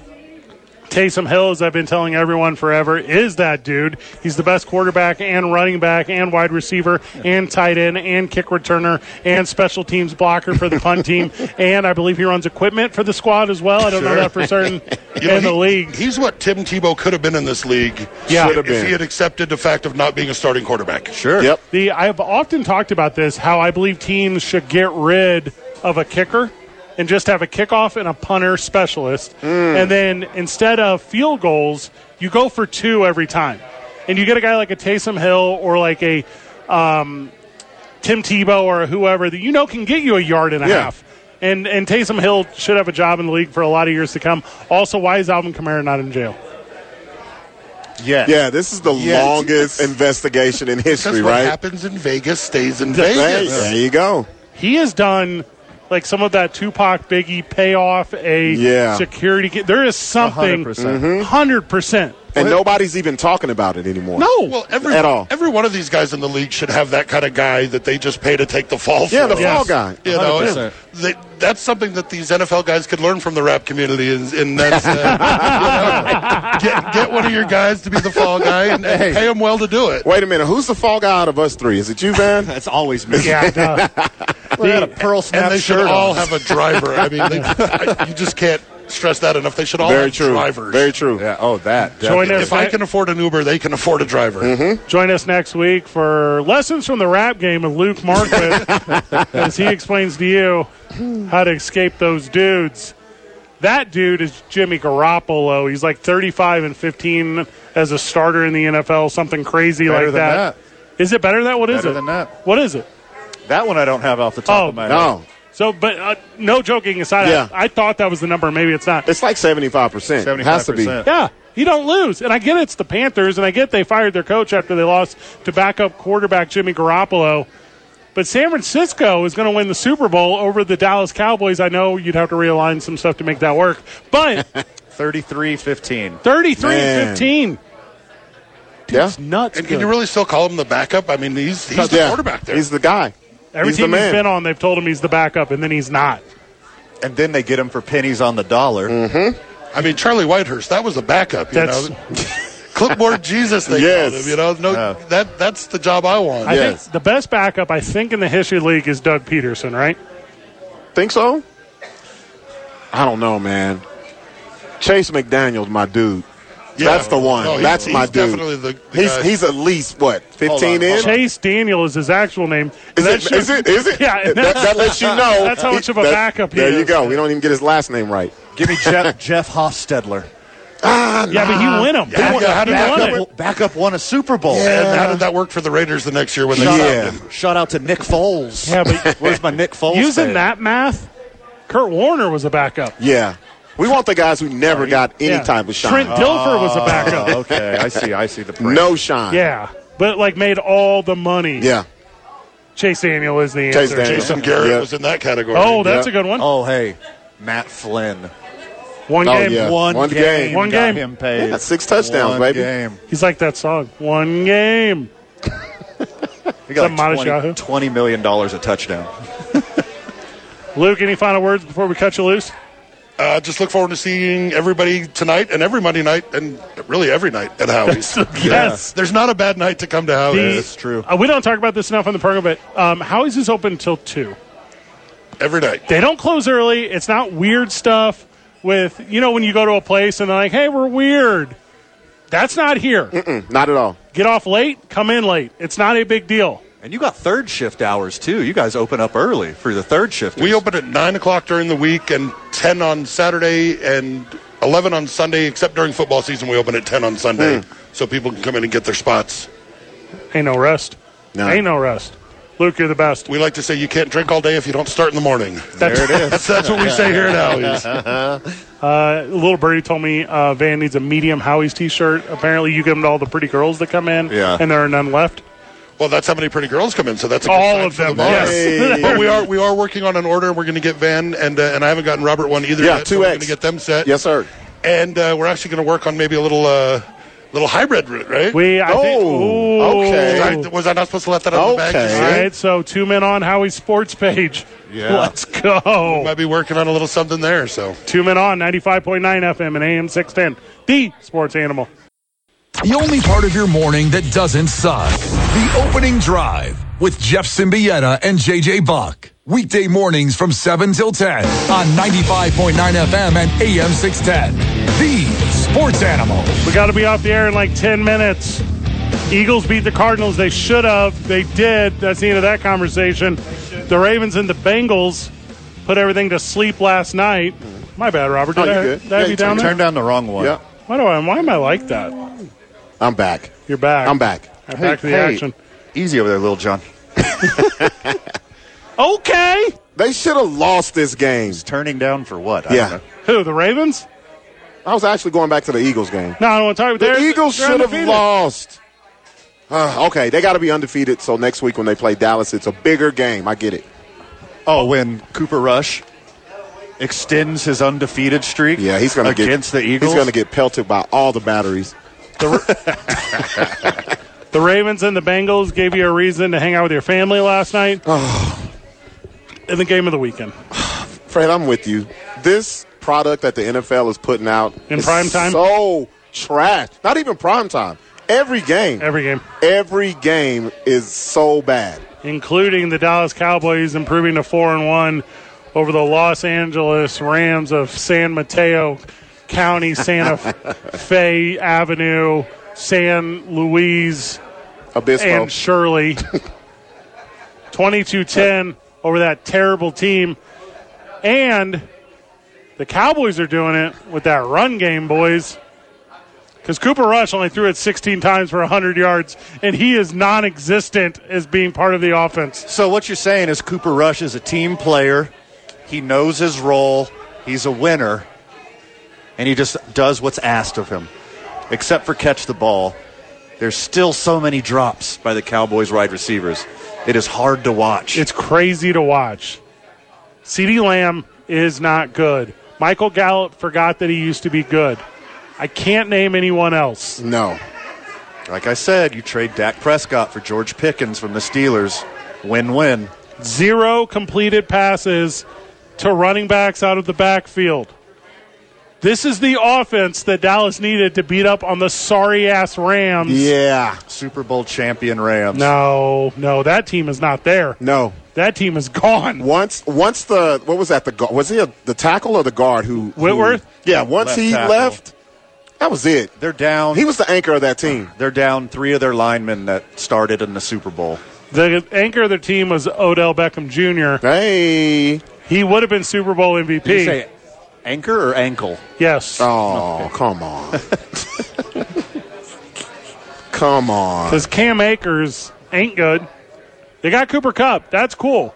Speaker 3: Taysom Hill, as I've been telling everyone forever, is that dude. He's the best quarterback and running back and wide receiver and tight end and kick returner and special teams blocker for the
Speaker 9: *laughs*
Speaker 3: punt team. And I believe he runs equipment for the squad as well. I don't know that for certain
Speaker 9: *laughs* You know,
Speaker 3: in the
Speaker 9: he-
Speaker 3: league.
Speaker 9: He's what Tim Tebow could have been in this league.
Speaker 3: Yeah.
Speaker 9: if,
Speaker 3: Should have
Speaker 9: if
Speaker 5: been.
Speaker 9: he had accepted the fact of not being a starting quarterback.
Speaker 4: Sure.
Speaker 5: Yep.
Speaker 3: The I've often talked about this how I believe teams should get rid of a kicker and just have a kickoff and a punter specialist. And then instead of field goals, you go for two every time. And you get a guy like a Taysom Hill or like a um, Tim Tebow or whoever that you know can get you a yard and a
Speaker 5: Yeah.
Speaker 3: half. And and Taysom Hill should have a job in the league for a lot of years to come. Also, why is Alvin Kamara not in jail?
Speaker 4: Yes.
Speaker 5: Yeah, this is the
Speaker 4: Yes.
Speaker 5: longest investigation in
Speaker 9: Because
Speaker 5: history,
Speaker 9: what
Speaker 5: right?
Speaker 9: happens in Vegas stays in
Speaker 5: Hey,
Speaker 9: Vegas.
Speaker 5: there you go.
Speaker 3: He has done like some of that Tupac Biggie payoff a
Speaker 5: Yeah.
Speaker 3: security. Ki- there is something
Speaker 4: 100%.
Speaker 3: 100 percent.
Speaker 5: And nobody's even talking about it anymore.
Speaker 3: No,
Speaker 9: Oh, Well, every,
Speaker 5: At all.
Speaker 9: every one of these guys in the league should have that kind of guy that they just pay to take the fall
Speaker 5: Yeah, the
Speaker 9: for. them.
Speaker 5: fall
Speaker 3: Yes.
Speaker 5: guy.
Speaker 9: You know,
Speaker 4: 100%.
Speaker 9: they, that's something that these NFL guys could learn from the rap community, and, and
Speaker 5: *laughs*
Speaker 9: that's uh, you know, get, get one of your guys to be the fall guy and, and pay him well to do it.
Speaker 5: Wait a minute. Who's the fall guy out of us three? Is it you,
Speaker 3: *laughs*
Speaker 5: Van?
Speaker 4: That's always me.
Speaker 3: yeah, duh.
Speaker 4: Look at a pearl snap
Speaker 9: And they should
Speaker 4: shirt
Speaker 9: all
Speaker 4: on.
Speaker 9: have a driver. I mean, they, I, you just can't stress that enough. They should all
Speaker 5: Very
Speaker 9: have
Speaker 5: true.
Speaker 9: drivers.
Speaker 5: Very true.
Speaker 4: Yeah, oh, that.
Speaker 3: Join
Speaker 4: definitely.
Speaker 3: us.
Speaker 9: if I can afford an Uber, they can afford a driver.
Speaker 3: Join us next week for lessons from the rap game with Luke
Speaker 4: *laughs*
Speaker 3: Marquez as he explains to you how to escape those dudes. That dude is Jimmy Garoppolo. He's like 35 and 15 as a starter in the NFL, something crazy
Speaker 4: Better
Speaker 3: like
Speaker 4: than
Speaker 3: that. Is it better than that? What is
Speaker 4: Better
Speaker 3: it?
Speaker 4: than that.
Speaker 3: What is it?
Speaker 4: That one I don't have off the top
Speaker 3: Oh,
Speaker 4: of my head.
Speaker 5: No.
Speaker 3: So, but uh, no joking aside, I-
Speaker 5: Yeah.
Speaker 3: I, thought that was the number. Maybe it's not.
Speaker 5: It's like 75%. It has to be.
Speaker 4: 75%.
Speaker 3: Yeah, you don't lose. And I get it's the Panthers, and I get they fired their coach after they lost to backup quarterback Jimmy Garoppolo. But San Francisco is going to win the Super Bowl over the Dallas Cowboys. I know you'd have to realign some stuff to make that work, but
Speaker 4: 33 15.
Speaker 3: 33
Speaker 5: Man.
Speaker 3: and 15.
Speaker 5: Yeah.
Speaker 3: Nuts.
Speaker 9: And can you really still call him the backup? I mean, he's he's the
Speaker 5: Yeah.
Speaker 9: quarterback there.
Speaker 5: He's the guy.
Speaker 3: Every
Speaker 5: he's the
Speaker 3: team he's
Speaker 5: man.
Speaker 3: been on, they've told him he's the backup, and then he's not.
Speaker 4: And then they
Speaker 5: Mm.
Speaker 4: get him for pennies on the dollar.
Speaker 9: I mean, Charlie Whitehurst, that was the backup. You
Speaker 3: That's-
Speaker 9: know? clipboard Jesus they
Speaker 5: Yes.
Speaker 9: called him. You know, no, that that's the job I want.
Speaker 3: I think the best backup, I think, in the history of the league is Doug Peterson, right?
Speaker 5: Think so? I don't know, man. Chase McDaniel's my dude.
Speaker 9: Yeah.
Speaker 5: That's the one.
Speaker 9: No, he's-
Speaker 5: That's my
Speaker 9: he's
Speaker 5: dude.
Speaker 9: definitely the- the
Speaker 5: he's
Speaker 9: guy.
Speaker 5: he's at least what fifteen in.
Speaker 3: Chase Daniel is his actual name.
Speaker 5: Is
Speaker 3: And
Speaker 5: it,
Speaker 3: that shows-
Speaker 5: is it? Is
Speaker 3: *laughs*
Speaker 5: it?
Speaker 3: Yeah, and
Speaker 5: that, that
Speaker 3: *laughs*
Speaker 5: lets you know.
Speaker 3: That's how much of a
Speaker 5: that-
Speaker 3: backup he
Speaker 5: There you
Speaker 3: is.
Speaker 5: go. We don't even get his last name right.
Speaker 4: Give me Jeff, Jeff Hofstedler.
Speaker 3: Yeah, but he win him.
Speaker 9: Yeah, yeah, how did
Speaker 3: he
Speaker 9: that
Speaker 3: won
Speaker 9: happen?
Speaker 3: it.
Speaker 4: Backup won a Super Bowl.
Speaker 9: And how did that work for the Raiders the next year when they
Speaker 4: Shout,
Speaker 9: signed
Speaker 5: Yeah.
Speaker 9: him?
Speaker 4: out, shout out to Nick Foles.
Speaker 3: Yeah,
Speaker 5: *laughs*
Speaker 3: but
Speaker 4: *laughs* Where's my Nick Foles?
Speaker 3: using
Speaker 4: thing?
Speaker 3: that math, Kurt Warner was a backup.
Speaker 5: Yeah, we want the guys who never got any
Speaker 3: Yeah.
Speaker 5: type of shine.
Speaker 3: Trent Dilfer was a backup.
Speaker 4: Oh, okay, I see. I see the point.
Speaker 5: no shine.
Speaker 3: Yeah, but like made all the money.
Speaker 5: Yeah.
Speaker 3: Chase Daniel is the
Speaker 5: Chase
Speaker 3: answer.
Speaker 5: Daniel.
Speaker 9: Jason Garrett
Speaker 5: Yeah.
Speaker 9: was in that category.
Speaker 3: Oh, that's
Speaker 5: Yeah.
Speaker 3: a good one.
Speaker 4: Oh, hey, Matt Flynn.
Speaker 3: One
Speaker 5: Oh,
Speaker 3: game.
Speaker 5: yeah.
Speaker 4: One,
Speaker 5: One game.
Speaker 4: game.
Speaker 3: One
Speaker 4: got
Speaker 3: game.
Speaker 4: Him paid.
Speaker 5: Yeah, six touchdowns,
Speaker 4: One
Speaker 5: baby.
Speaker 4: Game.
Speaker 3: He's like that song. One game.
Speaker 4: He got
Speaker 3: Is that Matashahu?
Speaker 4: like 20, $20 million dollars a touchdown.
Speaker 3: Luke, any final words before we cut you loose?
Speaker 9: Uh, just look forward to seeing everybody tonight and every Monday night and really every night
Speaker 5: *laughs*
Speaker 9: at Howie's.
Speaker 3: Yes.
Speaker 9: There's not a bad night to come to Howie's
Speaker 4: that's true.
Speaker 3: Uh, we don't talk about this enough on the program, but um, Howie's is open until two.
Speaker 9: every night.
Speaker 3: They don't close early. It's not weird stuff with you know when you go to a place and they're like, "Hey, we're weird." That's not here.
Speaker 5: Not at all.
Speaker 3: Get off late, come in late. It's not a big deal.
Speaker 4: And you got third shift hours, too. You guys open up early for the third shift.
Speaker 9: We open at nine o'clock during the week and ten on Saturday and eleven on Sunday. Except during football season, we open at ten on Sunday,
Speaker 5: Hmm.
Speaker 9: so people can come in and get their spots.
Speaker 3: Ain't no rest.
Speaker 5: No.
Speaker 3: Ain't no rest. Luke, you're the best.
Speaker 9: We like to say you can't drink all day if you don't start in the morning.
Speaker 3: That's,
Speaker 9: That's, *laughs* that's what we say here at
Speaker 3: *laughs*
Speaker 9: Howie's.
Speaker 3: Uh, little birdie told me uh, Van needs a medium Howie's T-shirt. Apparently, you give them to all the pretty girls that come in,
Speaker 5: Yeah.
Speaker 3: and there are none left.
Speaker 9: Well, that's how many pretty girls come in, so that's a good
Speaker 3: All
Speaker 9: sign
Speaker 3: of
Speaker 9: for the
Speaker 3: them.
Speaker 9: bar.
Speaker 3: yes.
Speaker 5: Hey.
Speaker 9: *laughs* But we are we are working on an order. We're going to get Van and uh, and I haven't gotten Robert one either.
Speaker 5: Yeah,
Speaker 9: yet,
Speaker 5: two
Speaker 9: so We're
Speaker 5: eggs.
Speaker 9: going to get them set.
Speaker 5: Yes, sir.
Speaker 9: And uh, we're actually going to work on maybe a little uh, little hybrid route, right?
Speaker 3: We, I think,
Speaker 5: Oh,
Speaker 3: ooh.
Speaker 5: okay.
Speaker 9: was, I, was I not supposed to let that out of the bag?
Speaker 5: Okay.
Speaker 3: All right, so two men on Howie's sports page. *laughs*
Speaker 4: Yeah.
Speaker 3: Let's go.
Speaker 9: Might be working on a little something there. So
Speaker 3: Two men on 95.9 FM and AM 610. The sports animal.
Speaker 2: The only part of your morning that doesn't suck. The opening drive with Jeff Symbieta and JJ Buck. Weekday mornings from 7 till 10 on 95.9 FM and AM 610. The Sports Animal.
Speaker 3: We got to be off the air in like 10 minutes. Eagles beat the Cardinals. They should have. They did. That's the end of that conversation. The Ravens and the Bengals put everything to sleep last night. My bad, Robert.
Speaker 5: Oh,
Speaker 3: Did
Speaker 5: you're
Speaker 3: I,
Speaker 5: good.
Speaker 3: did I
Speaker 5: Yeah,
Speaker 3: be
Speaker 5: you
Speaker 3: down there?
Speaker 4: Turn down the wrong one.
Speaker 5: Yeah.
Speaker 3: Why, do I, why am I like that?
Speaker 5: I'm back.
Speaker 3: You're back.
Speaker 5: I'm back.
Speaker 3: I'm back to the
Speaker 4: Hey,
Speaker 3: action.
Speaker 4: Easy over there, little John.
Speaker 3: Okay.
Speaker 5: They should have lost this game.
Speaker 4: Turning down for what? I don't
Speaker 5: Yeah.
Speaker 4: know.
Speaker 3: Who, the Ravens?
Speaker 5: I was actually going back to the Eagles game.
Speaker 3: No, I don't want to talk about
Speaker 5: The
Speaker 3: they're-
Speaker 5: Eagles
Speaker 3: they're
Speaker 5: should have
Speaker 3: undefeated.
Speaker 5: lost. Uh, okay, they got to be undefeated. So next week when they play Dallas, it's a bigger game. I get it.
Speaker 4: Oh, when Cooper Rush extends his undefeated streak.
Speaker 5: Yeah, he's going to get
Speaker 4: against the Eagles.
Speaker 5: He's going to get pelted by all the batteries.
Speaker 3: The Ravens and the Bengals gave you a reason to hang out with your family last night. In the game of the weekend.
Speaker 5: Fred, I'm with you. This product that the NFL is putting out
Speaker 3: In
Speaker 5: is
Speaker 3: prime time?
Speaker 5: so trash. Not even prime time. Every game,
Speaker 3: Every game.
Speaker 5: every game is so bad.
Speaker 3: including the Dallas Cowboys improving to four and one over the Los Angeles Rams of San Mateo County, Santa Fe Avenue, San Luis,
Speaker 5: Obispo.
Speaker 3: and Shirley. 22-10 over that terrible team, and the Cowboys are doing it with that run game, boys. Because Cooper Rush only threw it 16 times for 100 yards, and he is non-existent as being part of the offense.
Speaker 4: So what you're saying is Cooper Rush is a team player. He knows his role. He's a winner, and he just does what's asked of him, except for catch the ball. There's still so many drops by the Cowboys wide receivers. It is hard to watch.
Speaker 3: It's crazy to watch. CeeDee Lamb is not good. Michael Gallup forgot that he used to be good. I can't name anyone else.
Speaker 5: no.
Speaker 4: like I said, you trade Dak Prescott for George Pickens from the Steelers. Win-win.
Speaker 3: Zero completed passes to running backs out of the backfield. This is the offense that Dallas needed to beat up on the sorry ass Rams.
Speaker 5: Yeah.
Speaker 4: Super Bowl champion Rams.
Speaker 3: No, no, that team is not there.
Speaker 5: No.
Speaker 3: That team is gone.
Speaker 5: Once, once the what was that? The gu- was he a, the tackle or the guard who who-
Speaker 3: Whitworth?
Speaker 5: yeah. Once
Speaker 4: Left
Speaker 5: he
Speaker 4: tackle.
Speaker 5: left, that was it.
Speaker 4: They're down.
Speaker 5: He was the anchor of that team.
Speaker 4: They're down three of their linemen that started in the Super Bowl.
Speaker 3: The anchor of their team was Odell Beckham Jr.
Speaker 5: Hey.
Speaker 3: He would have been Super Bowl MVP.
Speaker 4: Did you say anchor or ankle?
Speaker 3: yes.
Speaker 5: Oh, come on. *laughs* come on.
Speaker 3: Because Cam Akers ain't good. They got Cooper Cup. That's cool.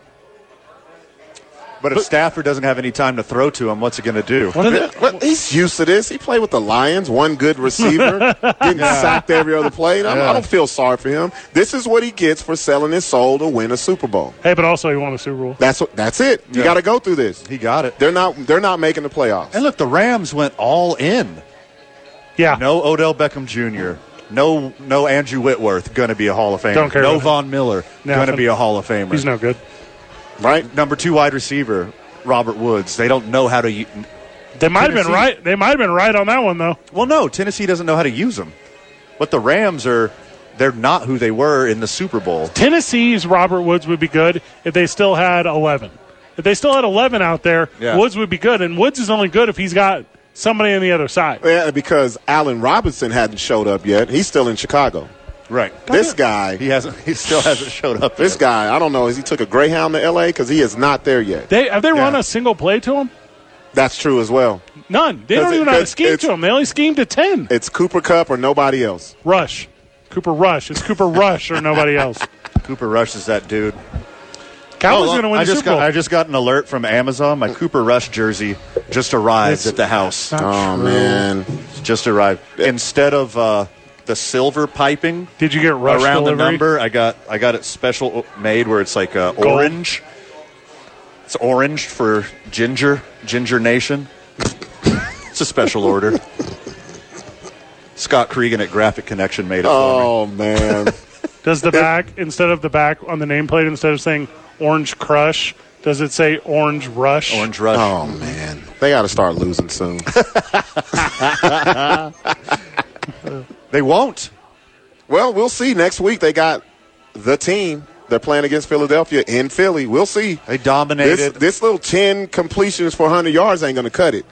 Speaker 4: But if Stafford doesn't have any time to throw to him, what's he going to do?
Speaker 3: What are they,
Speaker 5: Well, he's used to this. He played with the Lions, one good receiver,
Speaker 4: *laughs*
Speaker 5: getting sacked every other play. I, I don't feel sorry for him. This is what he gets for selling his soul to win a Super Bowl.
Speaker 3: hey, but also he won the Super Bowl.
Speaker 5: That's what. That's it. You
Speaker 4: Yeah.
Speaker 5: got to go through this.
Speaker 4: He got it.
Speaker 5: They're not. They're not making the playoffs.
Speaker 4: And look, the Rams went all in.
Speaker 3: Yeah.
Speaker 4: No Odell Beckham Jr. No, no Andrew Whitworth going to be a Hall of Famer.
Speaker 3: Don't care
Speaker 4: No
Speaker 3: about
Speaker 4: Von Miller
Speaker 3: No.
Speaker 4: going to be a Hall of Famer.
Speaker 3: He's no good.
Speaker 5: right?
Speaker 4: Number two wide receiver Robert Woods. They don't know how to. u-
Speaker 3: They might have been
Speaker 4: Tennessee.
Speaker 3: right. They might have been right on that one though.
Speaker 4: Well, no, Tennessee doesn't know how to use them. But the Rams are. They're not who they were in the Super Bowl.
Speaker 3: Tennessee's Robert Woods would be good if they still had 11. If they still had 11 out there,
Speaker 4: Yeah.
Speaker 3: Woods would be good. And Woods is only good if he's got somebody on the other side.
Speaker 5: Yeah, because Allen Robinson hadn't showed up yet. He's still in Chicago.
Speaker 4: Right.
Speaker 5: This guy,
Speaker 4: He hasn't. He still hasn't showed up.
Speaker 5: this
Speaker 4: yet.
Speaker 5: guy, I don't know. Is he took a Greyhound to L.A. because he is not there yet.
Speaker 3: They have they run
Speaker 4: Yeah.
Speaker 3: a single play to him?
Speaker 5: That's true as well.
Speaker 3: None. They don't
Speaker 5: Does it-
Speaker 3: even know how to
Speaker 5: does-
Speaker 3: scheme
Speaker 5: it's-
Speaker 3: to him. They only scheme to 10.
Speaker 5: It's Cooper Cup or nobody else.
Speaker 3: Rush. Cooper Rush. It's
Speaker 4: *laughs*
Speaker 3: Cooper Rush or nobody else.
Speaker 4: Cooper Rush is that dude.
Speaker 3: Cowboys
Speaker 4: Oh,
Speaker 3: going to win
Speaker 4: I
Speaker 3: the
Speaker 4: just
Speaker 3: Super
Speaker 4: got,
Speaker 3: Bowl.
Speaker 4: I just got an alert from Amazon. My Cooper Rush jersey just arrived
Speaker 3: It's-
Speaker 4: at the house.
Speaker 5: Oh man,
Speaker 4: It's just arrived. Instead of uh, the silver piping
Speaker 3: Did you get Rush
Speaker 4: around
Speaker 3: delivery?
Speaker 4: the number, I got I got it special made where it's like uh, orange. It's orange for ginger, ginger nation. it's a special order. Scott Cregan at Graphic Connection made it for me.
Speaker 5: oh man.
Speaker 3: Does the back instead of the back on the nameplate instead of saying Orange Crush, does it say Orange Rush?
Speaker 4: Orange Rush.
Speaker 5: *laughs* Oh man, they got to start losing soon.
Speaker 4: They won't.
Speaker 5: *laughs* well, we'll see next week. They got the team. They're playing against Philadelphia in Philly. We'll see.
Speaker 4: They dominated.
Speaker 5: This, this little ten completions for hundred yards ain't gonna cut it.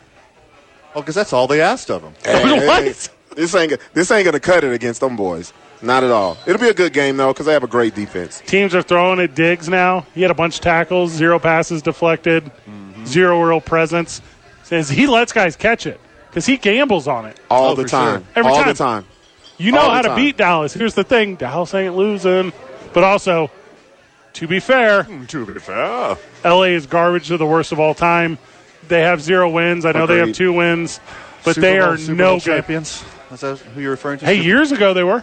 Speaker 4: Oh, because that's all they asked of him.
Speaker 3: *laughs*
Speaker 5: This ain't this ain't gonna cut it against them boys. Not at all. It'll be a good game though because they have a great defense.
Speaker 3: Teams are throwing at Diggs now. He had a bunch of tackles, zero passes deflected,
Speaker 5: Mm-hmm.
Speaker 3: zero real presence. Says he lets guys catch it because he gambles on it.
Speaker 5: All
Speaker 4: Oh,
Speaker 5: the
Speaker 4: for
Speaker 5: time.
Speaker 4: sure.
Speaker 3: Every
Speaker 5: all
Speaker 3: time.
Speaker 5: the time.
Speaker 3: You know
Speaker 5: All the
Speaker 3: how to
Speaker 5: time.
Speaker 3: beat Dallas. Here's the thing: Dallas ain't losing. But also, to be fair,
Speaker 5: Hmm.
Speaker 4: To be fair.
Speaker 3: LA is garbage. They're the worst of all time. They have zero wins. I know they have
Speaker 5: Agreed.
Speaker 3: two wins, but
Speaker 4: Super
Speaker 3: they
Speaker 4: Bowl-
Speaker 3: are
Speaker 4: Super
Speaker 3: no
Speaker 4: Bowl
Speaker 3: good.
Speaker 4: champions. Is that who you're referring to?
Speaker 3: Hey, years ago they were.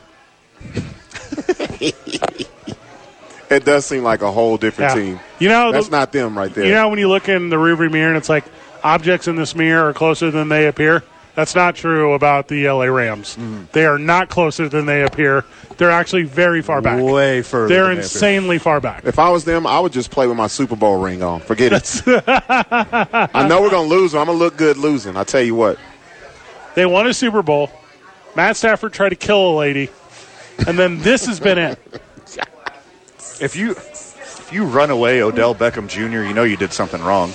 Speaker 5: It does seem like a whole different team.
Speaker 3: You know,
Speaker 5: That's
Speaker 3: the-
Speaker 5: not them right there.
Speaker 3: You know, when you look in the rearview mirror and it's like objects in this mirror are closer than they appear. That's not true about the LA Rams.
Speaker 4: Mm-hmm.
Speaker 3: They are not closer than they appear. They're actually very far back.
Speaker 4: Way further
Speaker 3: They're
Speaker 4: than they appear.
Speaker 3: insanely far
Speaker 4: *laughs*
Speaker 3: back.
Speaker 5: if I was them, I would just play with my Super Bowl ring on.
Speaker 3: *laughs*
Speaker 5: Forget it. I know we're gonna lose. But I'm gonna look good losing. I tell you what.
Speaker 3: They won a Super Bowl. Matt Stafford tried to kill a lady, and then this has been it.
Speaker 4: if you if you run away Odell Beckham Jr., you know you did something wrong.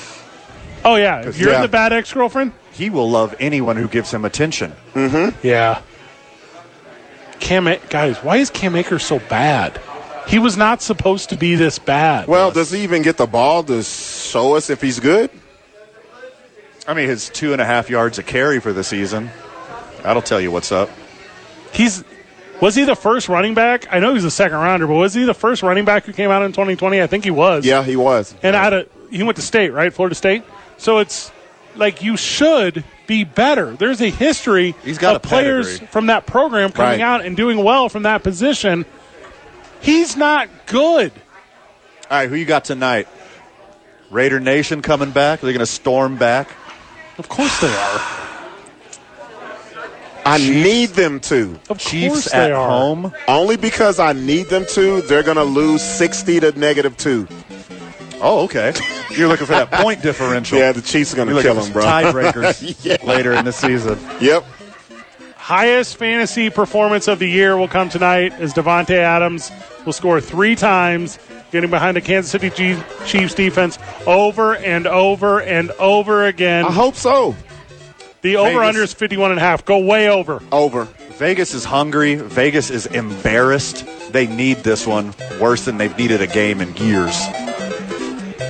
Speaker 3: Oh yeah,
Speaker 4: *laughs*
Speaker 3: if you're
Speaker 4: Yeah.
Speaker 3: the bad ex girlfriend.
Speaker 4: He will love anyone who gives him attention.
Speaker 3: Yeah. Cam, A- guys, why is Cam Akers so bad? He was not supposed to be this bad.
Speaker 5: Well, does he even get the ball to show us if he's good?
Speaker 4: I mean, his two and a half yards a carry for the season. That'll tell you what's up.
Speaker 3: He's was he the first running back? I know he was a second rounder, but was he the first running back who came out in 2020? I think he was.
Speaker 5: Yeah, he was.
Speaker 3: And out of he went to state, right? Florida State. So it's like you should be better. There's a history
Speaker 4: He's got
Speaker 3: of
Speaker 4: a
Speaker 3: players
Speaker 4: pedigree.
Speaker 3: from that program coming
Speaker 5: Right.
Speaker 3: out and doing well from that position. He's not good.
Speaker 4: All right, who you got tonight? Raider Nation coming back. They're going to storm back.
Speaker 3: Of course they are.
Speaker 5: I need them to.
Speaker 3: Of course
Speaker 4: Chiefs
Speaker 3: they
Speaker 4: at
Speaker 3: are.
Speaker 4: home.
Speaker 5: Only because I need them to, they're going to lose 60 to negative 2.
Speaker 4: Oh, okay. You're looking for that point differential.
Speaker 5: Yeah, the Chiefs are going to
Speaker 4: You're
Speaker 5: kill
Speaker 4: looking
Speaker 5: him, bro.
Speaker 4: for some
Speaker 5: *laughs*
Speaker 4: Tiebreakers
Speaker 5: Yeah.
Speaker 4: later in the season.
Speaker 5: Yep.
Speaker 3: Highest fantasy performance of the year will come tonight as Devonte Adams will score three times, getting behind the Kansas City G- Chiefs defense over and over and over again.
Speaker 5: I hope so.
Speaker 3: The over under
Speaker 4: Uh-huh. Vegas.
Speaker 3: is 51 and a half. Go way over.
Speaker 5: Over.
Speaker 4: Vegas is hungry. Vegas is embarrassed. They need this one worse than they've needed a game in years.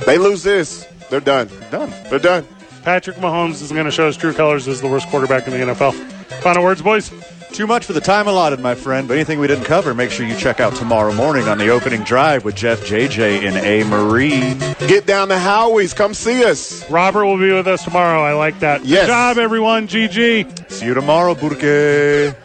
Speaker 5: They lose this, they're done.
Speaker 4: Done.
Speaker 5: They're done.
Speaker 3: Patrick Mahomes is going to show his true colors as the worst quarterback in the NFL. Final words, boys.
Speaker 4: Too much for the time allotted, my friend. But anything we didn't cover, make sure you check out tomorrow morning on the opening drive with Jeff, JJ, and A. Marie.
Speaker 5: Get down to Howie's. Come see us.
Speaker 3: Robert will be with us tomorrow. I like that.
Speaker 5: Yes.
Speaker 3: Good job, everyone. GG.
Speaker 4: See you tomorrow, Burke.